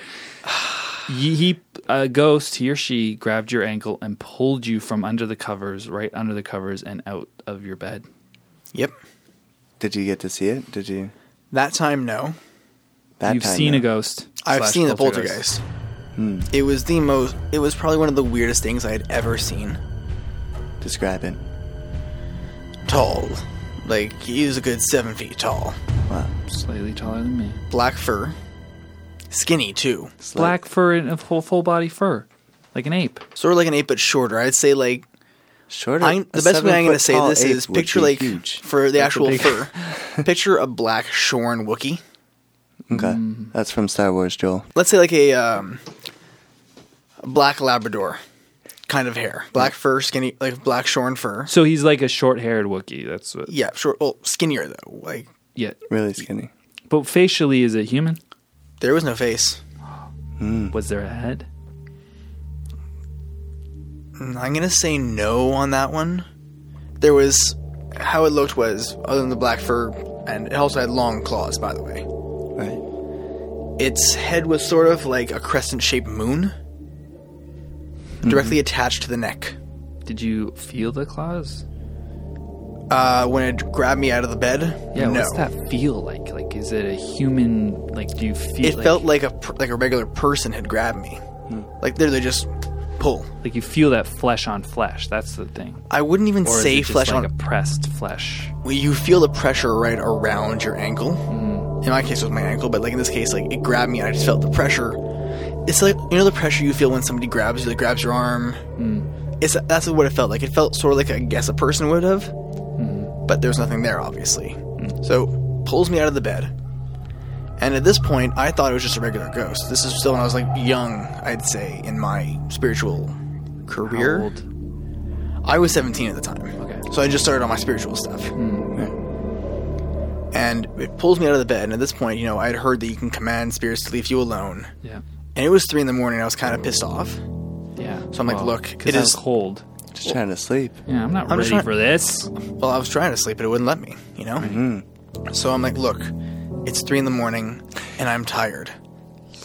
Ye- He, a ghost, he or she grabbed your ankle and pulled you from under the covers, right under the covers, and out of your bed. Yep. Did you get to see it? Did you? That time, no. That You've time, seen a no. ghost. I've slash seen the poltergeist. Hmm. It was the most. It was probably one of the weirdest things I had ever seen. Describe it. Tall, like he was a good seven feet tall. Wow. Slightly taller than me. Black fur, skinny too, It's Black fur and a full, full body fur, like an ape. sort of like an ape but shorter. I'd say like like shorter. I, the a best way I'm going to seven-foot say tall this ape is would picture be like huge. for the actual big- fur. picture a black shorn Wookie. Okay, Mm-hmm. that's from Star Wars, Joel. Let's say like a, um, a black Labrador kind of hair, black fur, skinny like black shorn fur. So he's like a short-haired Wookiee. That's what. Yeah, short. Well, skinnier though. Like Yeah, Really skinny. but facially, is it human? there was no face. Was there a head? I'm gonna say no on that one. There was how it looked was other than the black fur, and it also had long claws. By the way, Right. its head was sort of like a crescent-shaped moon, Hmm. directly attached to the neck. Did you feel the claws? Uh, when it grabbed me out of the bed, Yeah. no, What's that feel like? Like, is it a human? Like, do you feel? it like, Hmm. felt like a per- like a regular person had grabbed me, like literally just pull. like you feel that flesh on flesh. That's the thing. I wouldn't even Or is it say just flesh like on. a pressed flesh. Well, you feel the pressure right around your ankle. In my case, it was my ankle, but like in this case, like it grabbed me and I just felt the pressure. It's like you know the pressure you feel when somebody grabs you, like grabs your arm. Mm. It's that's what it felt like. It felt sort of like I guess a person would have, Mm. but there was nothing there, obviously. So pulls me out of the bed, and at this point, I thought it was just a regular ghost. This is still when I was like young, I'd say, in my spiritual career. How old? I was 17 at the time. Okay. So I just started on my spiritual stuff. Hmm, And it pulls me out of the bed. And at this point, you know, I had heard that you can command spirits to leave you alone. Yeah. And it was three in the morning. I was kind of pissed off. Yeah. So I'm like, look, because it I'm is- cold. Just trying to sleep. Yeah, I'm not I'm ready just trying- for this. Well, I was trying to sleep, but it wouldn't let me, you know? So I'm like, look, it's three in the morning and I'm tired.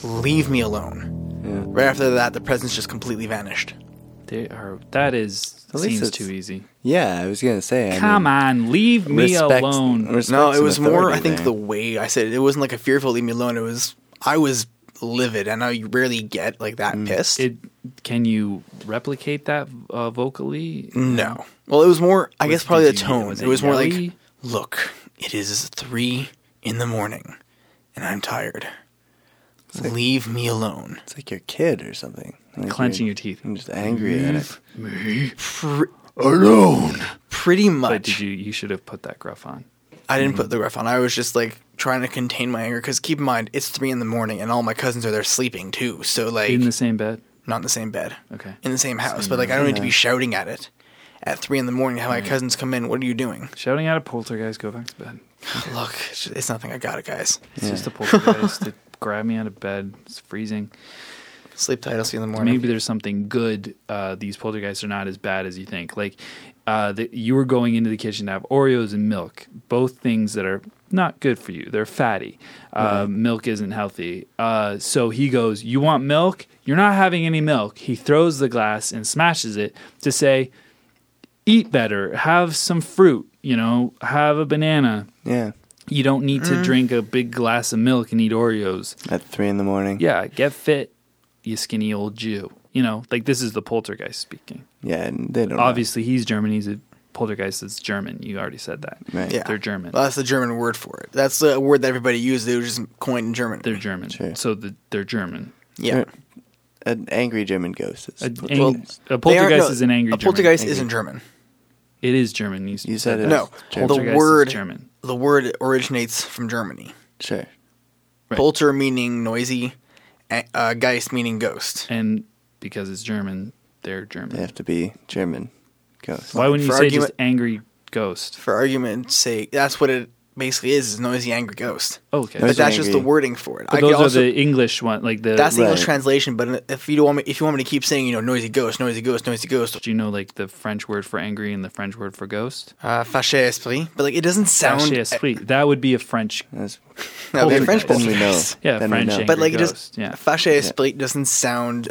Leave me alone. Right after that, the presence just completely vanished. They are. That is At least seems it's- too easy. Yeah, I was gonna say. I Come mean, on, leave me respect- alone. respect No, it some was more. I authority think there. the way I said it, it wasn't like a fearful leave me alone. It was I was livid. I know you rarely get like that pissed. it can you replicate that uh, vocally? no. Well, it was more. I guess probably the tone. was it, it was more like, yelly? look, it is three in the morning, and I'm tired. leave me alone. It's like your kid or something. Like Clenching you're- your teeth. I'm just angry at it. Pr- Alone. pretty But much. did you? Mm-hmm. You should have put that gruff on. I didn't put the ref on. I was just like trying to contain my anger because keep in mind it's three in the morning and all my cousins are there sleeping too. So like In the same bed. not in the same bed. Okay. In the same house, but like I don't need to be shouting at it at three in the morning. Have my cousins come in? What are you doing? Shouting out a poltergeist, go back to bed. Look, it's- it's nothing. I got it, guys. It's just a poltergeist to grab me out of bed. It's freezing. Sleep tight. I'll see you in the morning. Maybe there's something good. Uh, these poltergeists are not as bad as you think. Like uh, the, you were going into the kitchen to have Oreos and milk, both things that are not good for you. They're fatty. Uh, Milk isn't healthy. Uh, so he goes, "You want milk? You're not having any milk." He throws the glass and smashes it to say, "Eat better. Have some fruit. You know, have a banana." Yeah, You don't need to drink a big glass of milk and eat Oreos. at three in the morning. Yeah, get fit, you skinny old Jew. You know, like this is the poltergeist speaking. yeah, and they don't. know. Obviously, he's German. He's a poltergeist that's German. You already said that. Right. Yeah, They're German. Well, that's the German word for it. That's the word that everybody used. It was just coined in German. They're German. Sure. So the, they're German. yeah. Sure. An angry German ghost. Is A, what ang- it a is. They aren't- poltergeist no, is an angry A German. poltergeist isn't German. It is German. You, You said it. No, was German. the Poltergeist is word German. the word originates from Germany. Sure. Right. Polter meaning noisy, a- uh, Geist meaning ghost. And because it's German, they're German. They have to be German. Ghost. Why wouldn't you For say argument- just angry ghost? For argument's sake, that's what it basically is: is noisy, angry ghost. Oh, Okay. But Noisy, that's just the angry. wording for it. But I could those also- are the English one, like the that's the English Right. translation. But if you don't want me, if you want me to keep saying, you know, noisy ghost, noisy ghost, noisy ghost, do you know like the French word for angry and the French word for ghost? uh, fâché esprit, but like it doesn't sound. e- Actually, that would be a French. That's, No, it'd be a French then we know. poltergeist. Yeah, Then we French know. angry but like it ghost. just yeah. fâché esprit doesn't sound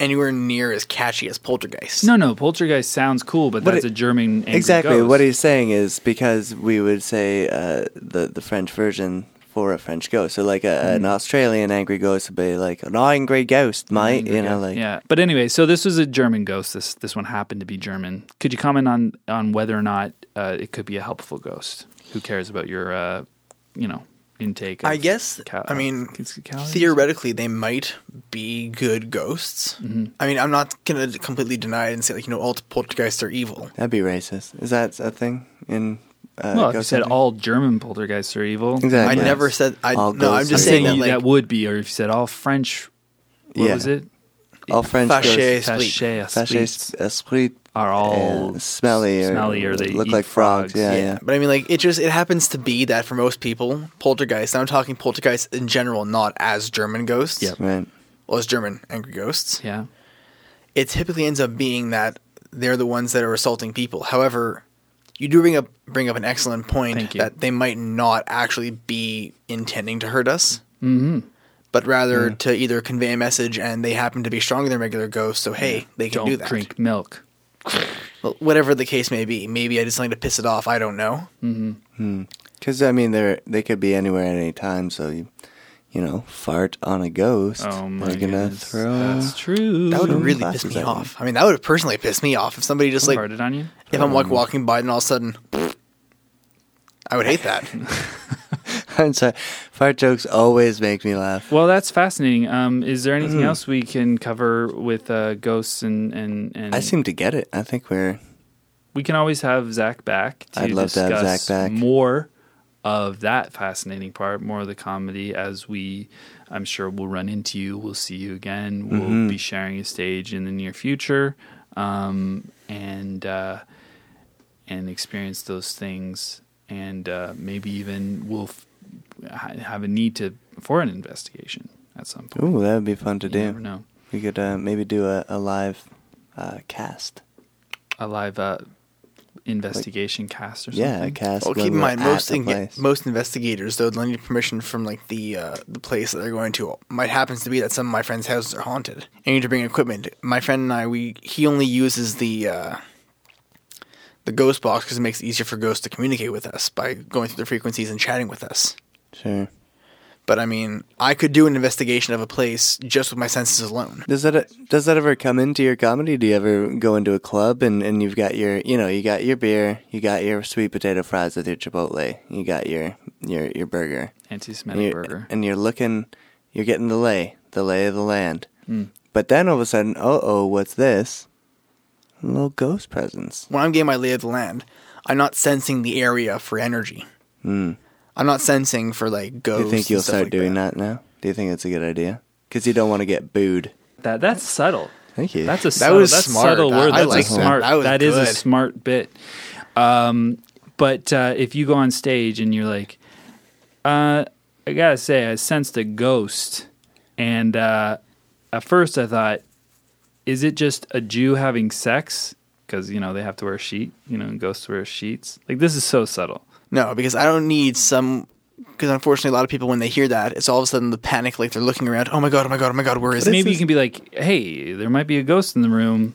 anywhere near as catchy as poltergeist. No, no, poltergeist sounds cool, but, that's it- a German angry Exactly. ghost. What he's saying is because we would say uh, the the French version for a French ghost. So like a, Hmm. an Australian angry ghost would be like an angry ghost, mate. you know, like yeah. But anyway, so this was a German ghost. This this one happened to be German. Could you comment on on whether or not uh, it could be a helpful ghost? Who cares about your, uh, you know, intake? Of I guess. ca- I mean, it's calories? theoretically, they might be good ghosts. Mm-hmm. I mean, I'm not gonna completely deny it and say like you know all poltergeists are evil. that'd be racist. Is that a thing in? Uh, well, if you ghost said hunting? all German poltergeists are evil. Exactly. I Yes. never said. I All no. I'm ghosts just are saying Then that you- like that would be, or if you said all French, what Yeah. was it? all French Fâché ghosts. esprit. Taché, Fâché esprit are all uh, smelly or smelly or they look eat like frogs. frogs. Yeah, Yeah, yeah. but I mean, like, it just it happens to be that for most people, poltergeists. And I'm talking poltergeists in general, not as German ghosts, Yep. Right. well as German angry ghosts. Yeah. It typically ends up being that they're the ones that are assaulting people. However, you do bring up bring up an excellent point Thank you. that they might not actually be intending to hurt us, mm-hmm. but rather to either convey a message, and they happen to be stronger than regular ghosts. So hey, they can Don't do that. drink milk. Well, Whatever the case may be, maybe I did something to piss it off. I don't know. Because I mean, they're they could be anywhere at any time. So you, you know, fart on a ghost. Oh my They're gonna goodness. throw. That's true. That would Zoom really classes piss me that way. off. I mean, that would have personally pissed me off if somebody just like Farted on you. if I'm Mm-hmm. like walking by and all of a sudden, I would hate that. I'm sorry. Fart jokes always make me laugh. Well, that's fascinating. Um, is there anything else we can cover with uh, ghosts and and and I seem to get it. I think we're we can always have Zach back to I'd love to discuss have Zach back. more of that fascinating part, more of the comedy as we I'm sure we'll run into you, we'll see you again, we'll Mm-hmm. be sharing a stage in the near future. Um, and uh, and experience those things and uh, maybe even we'll f- ha- have a need to for an investigation at some point. ooh, that would be fun to You do. never know. We could uh, maybe do a, a live uh, cast. a live uh, investigation cast or something. Yeah, a cast. well, when keep in we're mind, at most the in- place. most investigators though they'll need permission from like the uh, the place that they're going to. Might happens to be that some of my friends' houses are haunted. and you need to bring equipment. My friend and I, we he only uses the. Uh, the ghost box because it makes it easier for ghosts to communicate with us by going through the frequencies and chatting with us. sure. But I mean, I could do an investigation of a place just with my senses alone. Does that does that ever come into your comedy? Do you ever go into a club and, and you've got your you know you got your beer, you got your sweet potato fries with your chipotle, you got your your your burger, and Anti-Semitic you're, burger. and you're looking, you're getting the lay, the lay of the land. Hmm. But then all of a sudden, uh oh, what's this? A little ghost presence. when I'm getting my lay of the land, I'm not sensing the area for energy. I'm not sensing for like Do ghosts. Hmm. you think you'll start doing that. now? Do you think it's a good idea? Because you don't want to get booed. that that's subtle. Thank you. That's a subtle, was that's smart. subtle That- word. I That's like a that. smart. That was that is a good. smart bit. Um, but uh, if you go on stage and you're like, uh, I gotta say, I sensed a ghost, and uh, at first I thought, is it just a Jew having sex? Because you know they have to wear a sheet. You know, and ghosts wear sheets. Like this is so subtle. No, because I don't need some. Because unfortunately, a lot of people when they hear that, it's all of a sudden the panic. Like they're looking around. Oh my god! Oh my god! Oh my god! Where is it? Maybe you can be like, hey, there might be a ghost in the room.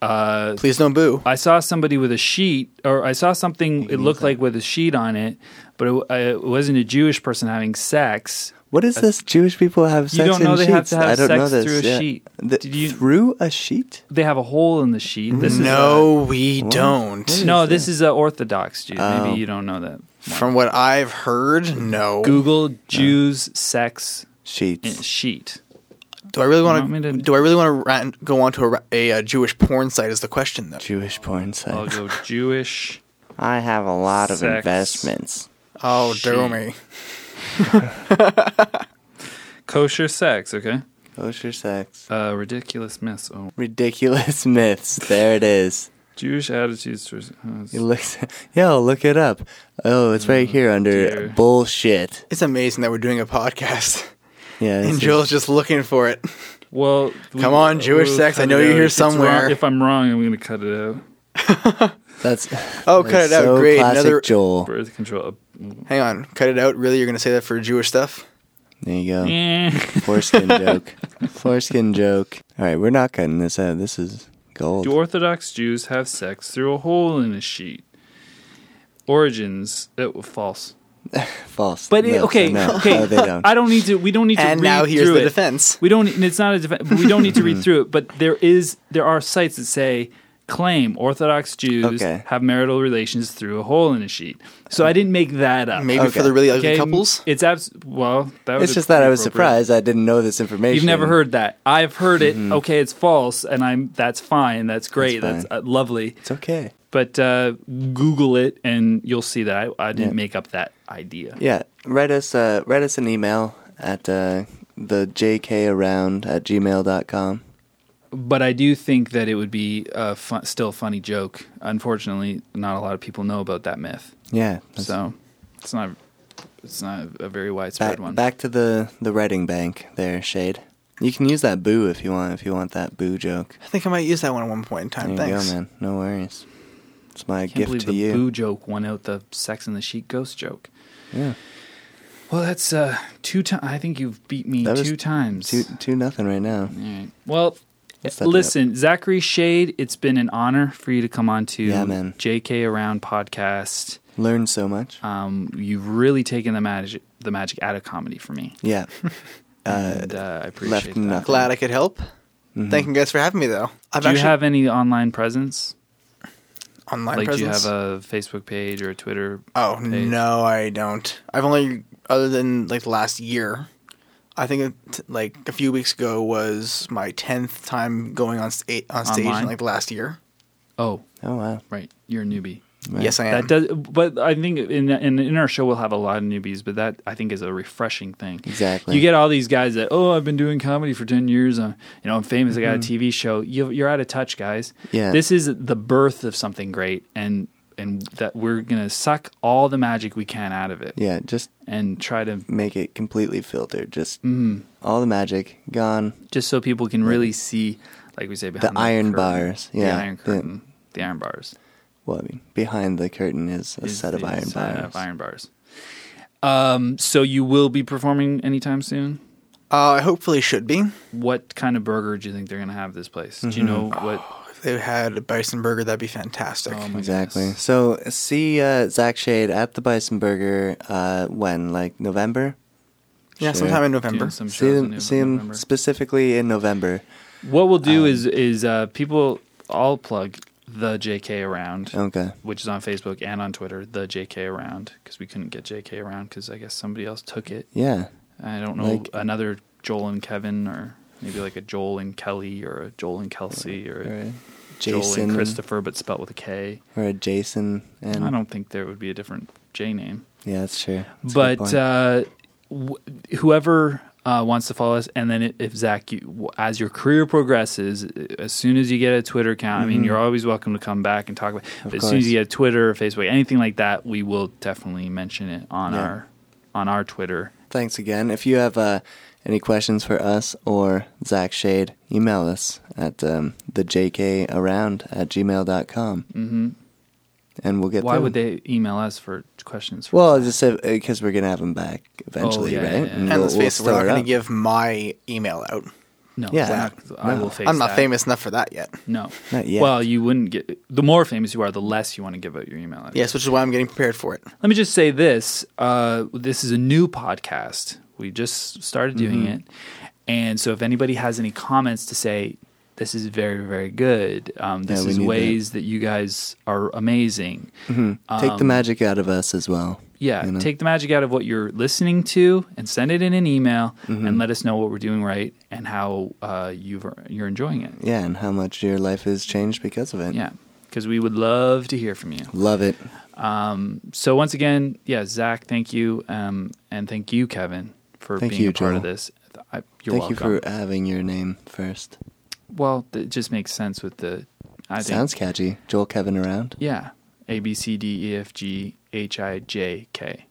Uh, Please don't boo. I saw somebody with a sheet, or I saw something. It looked like with a sheet on it, but it, uh, it wasn't a Jewish person having sex. What is this? Jewish people have sex You don't know in they have sheets. to have I don't sex know this. through a yeah. sheet. The- Did you- through a sheet? They have a hole in the sheet. This No, we is don't. a, no. This is a Orthodox Jew. Oh. Maybe you don't know that. From what I've heard, no. Google Jews sex Sheets. sheet. Do I really want me want to- to? Do I really want to go onto a, ra- a, uh Jewish porn site? Is the question though? Jewish porn site. I'll go Jewish. I have a lot of Sex. investments. Oh, Shit. Domi. Kosher sex, okay? Kosher sex. Uh, ridiculous myths. Oh. Ridiculous myths. There it is. Jewish attitudes towards. oh, it's- It looks. Yo, look it up. Oh, it's Mm, right here under dear. bullshit. It's amazing that we're doing a podcast Yeah. this and is- Joel's just looking for it. well, we- Come on, Jewish sex, cut I know it you're out. here If it's wrong- somewhere. if I'm wrong, I'm going to cut it out. That's. Oh, that's cut it out. so Great. Classic Another. Joel. Birth control. Hang on. Cut it out. Really, you're gonna say that for Jewish stuff? There you go. Eh. Mm. Foreskin joke. Foreskin joke. All right, we're not cutting this out. This is gold. Do Orthodox Jews have sex through a hole in a sheet? Origins. It, false. False. But it, No, okay, no, okay. no, they don't. I don't need to. We don't need to. And read now here's through the it. defense. We don't. and It's not a defense. We don't need to Mm-hmm. read through it. But there is. There are sites that say claim Orthodox Jews Okay. have marital relations through a hole in a sheet. So I didn't make that up. Maybe for Okay. the really ugly Okay? couples. It's abs. Well, that was It's just that I was appropriate. surprised I didn't know this information. You've never heard that. I've heard it. Okay, it's false, and I'm. That's fine. That's great. That's That's, uh, lovely. It's okay. But uh, Google it, and you'll see that I, I didn't Yeah. make up that idea. Yeah, write us uh, write us an email at uh, the jkaround at gmail.com. but I do think that it would be a fun, still a funny joke. Unfortunately, not a lot of people know about that myth, Yeah, that's- so it's not it's not a very widespread back, one. back to the the writing bank there, Shade. You can use that boo if you want if you want that boo joke. I think I might use that one at one point in time. There Thanks. you go, man. No worries. It's my I Ah, can't believe gift to the you. boo joke won out the Sex and the Sheet ghost joke. Yeah. Well, that's uh, two times. I think you've beat me That was two times. Two two nothing right now. All right. Well, Let's wrap it listen, Zachary Shade, it's been an honor for you to come on to Yeah, man. JK Around podcast. Learn so much. Um, you've really taken the magic the magic out of comedy for me. Yeah. and uh, I appreciate that. nothing. Mm-hmm. Glad I could help. Thank you guys for having me, though. I've Do you actually have any online presence? online like, presence. do you have a Facebook page or a Twitter? Oh page? no, I don't. I've only other than like the last year. I think it, like a few weeks ago was my tenth time going on sta- on stage Online? in like the last year. Oh, Oh wow. right. You're a newbie. Yes, I am. That does, but I think in, in in our show we'll have a lot of newbies, but that I think is a refreshing thing. Exactly. You get all these guys that oh, I've been doing comedy for ten years. I'm you know I'm famous. I got a TV show. You, you're out of touch, guys. Mm-hmm. Yeah. This is the birth of something great, and and that we're gonna suck all the magic we can out of it, Yeah, just and try to make it completely filtered. Just Mm-hmm. all the magic gone. just so people can really see, like we say, behind The iron curtain. bars, yeah, the iron the- curtain, the, iron bars, Well, I mean, behind the curtain is a is set of the iron set bars. of iron bars. Um, so you will be performing anytime soon. Uh, I hopefully should be. What kind of burger do you think they're going to have at this place? Mm-hmm. Do you know what? If they had a bison burger, that'd be fantastic. Oh my Exactly. goodness. So see uh, Zach Shade at the Bison Burger uh, when, like November. yeah, sure. sometime in Doing November. some See shows in him, see him November. specifically in November. What we'll Um, do is is uh, people. I'll plug the JK around. Okay. Which is on Facebook and on Twitter, the JK around, because we couldn't get JK around because I guess somebody else took it. Yeah. I don't know Like- another Joel and Kevin or maybe like a Joel and Kelly or a Joel and Kelsey or a Or a Joel Jason and Christopher but spelled with a K. or a Jason and I don't think there would be a different J name. yeah, that's true. That's a good but point. uh, w- whoever uh, wants to follow us, and then if Zach, you, w- as your career progresses, as soon as you get a Twitter account, I mean, you're always welcome to come back and talk about. But as soon Mm-hmm. course. as you get a Twitter or Facebook, anything like that, we will definitely mention it on Yeah. our on our Twitter. thanks again. If you have uh, any questions for us or Zach Shade, email us at um, the jkaround at gmail.com. Mm-hmm. And we'll get Why to would them. they email us for questions? For Well, I just because we're gonna have him back eventually, Oh, yeah, right? yeah, yeah. And, and we'll, let's face it, we'll we're stir not it going up. to give my email out. No, Yeah. we're not- I will face. I'm not that. famous enough for that yet. No, Not yet. Well, you wouldn't get. The more famous you are, the less you want to give out your email. address. Yes, which is why I'm getting prepared for it. Let me just say this: uh, this is a new podcast. We just started doing Mm-hmm. it, and so if anybody has any comments to say, this is very, very good. Um, this Yeah, we is need ways that. you guys are amazing. Take the magic out of us as well. Yeah, you know? take the magic out of what you're listening to and send it in an email Mm-hmm. and let us know what we're doing right and how uh, you've you're enjoying it. Yeah, and how much your life has changed because of it. Yeah, because we would love to hear from you. Love it. So once again, yeah, Zach, thank you, um, and thank you, Kevin, for Thank being you, a part of Joel. this. I, you're Thank welcome. you for having your name first. well, it just makes sense with the. I think, Sounds catchy. Joel Kevin around. Yeah. A B C D E F G H I J K.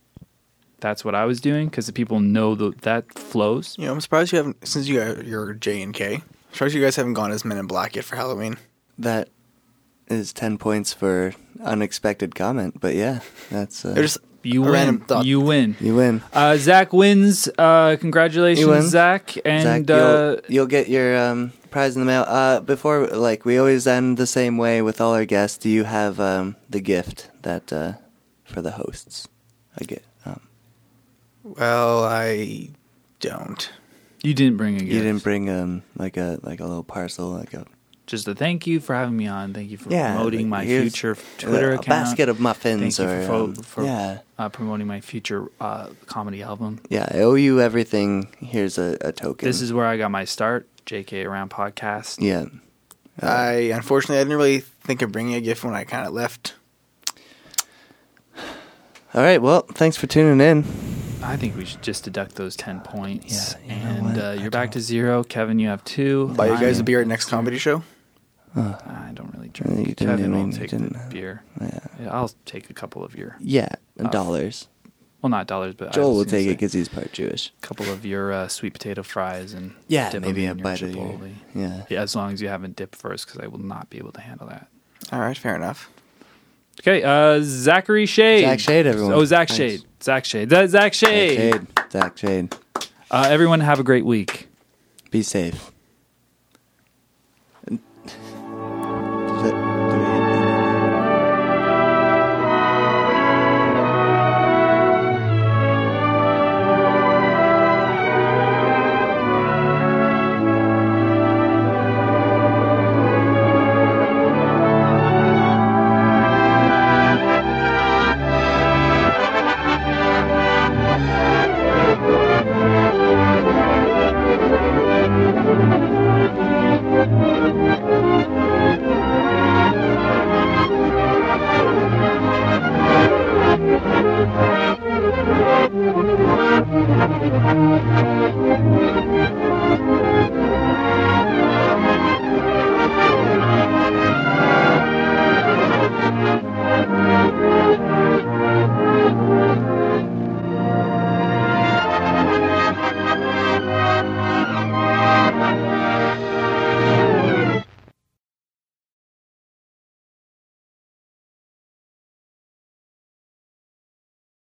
That's what I was doing because the people know that that flows. You know, I'm surprised you haven't since you got your J and K. I'm surprised you guys haven't gone as Men in Black yet for Halloween. That is ten points for unexpected comment, but yeah, that's uh, They're just You a win. random thought. You win. you win. Uh, Zach wins. Uh, congratulations, You win. Zach. And Zach, uh, you'll, you'll get your um, prize in the mail. Uh, before, like, we always end the same way with all our guests. Do you have um, the gift that uh, for the hosts? I get. Um, well, I don't. you didn't bring a gift. You didn't bring um like a like a little parcel like a Just a thank you for having me on. Thank you for Yeah, promoting like, my here's future Twitter a account. basket of muffins Thank you or for, fo- um, for yeah uh, promoting my future uh, comedy album. yeah. I owe you everything. Here's a, a token. This is where I got my start. JK Around podcast. yeah. I unfortunately I didn't really think of bringing a gift when I kind of left. All right. Well, thanks for tuning in. I think we should just deduct those 10 points. Yeah, you know and what? uh, you're back to zero. Kevin, you have two. Buy you I- guys a beer at next comedy show. Uh, I don't really you drink. didn't Kevin even- will you take the didn't have- beer. Yeah. Yeah, I'll take a couple of your, Yeah. dollars. well, not dollars, but Uh, I Joel was will gonna take it say because he's part Jewish. A couple of your uh, sweet potato fries and Yeah, dip 'em maybe in a your bite of your- Chipotle. yeah. As long as you haven't dipped first, because I will not be able to handle that. All right, fair enough. Okay, uh, Zachary Shade. Zach Shade, everyone. Oh, Zach Thanks. Shade. Zach Shade. Zach Shade. Zach Shade. Zach Shade. Uh, everyone, have a great week. Be safe.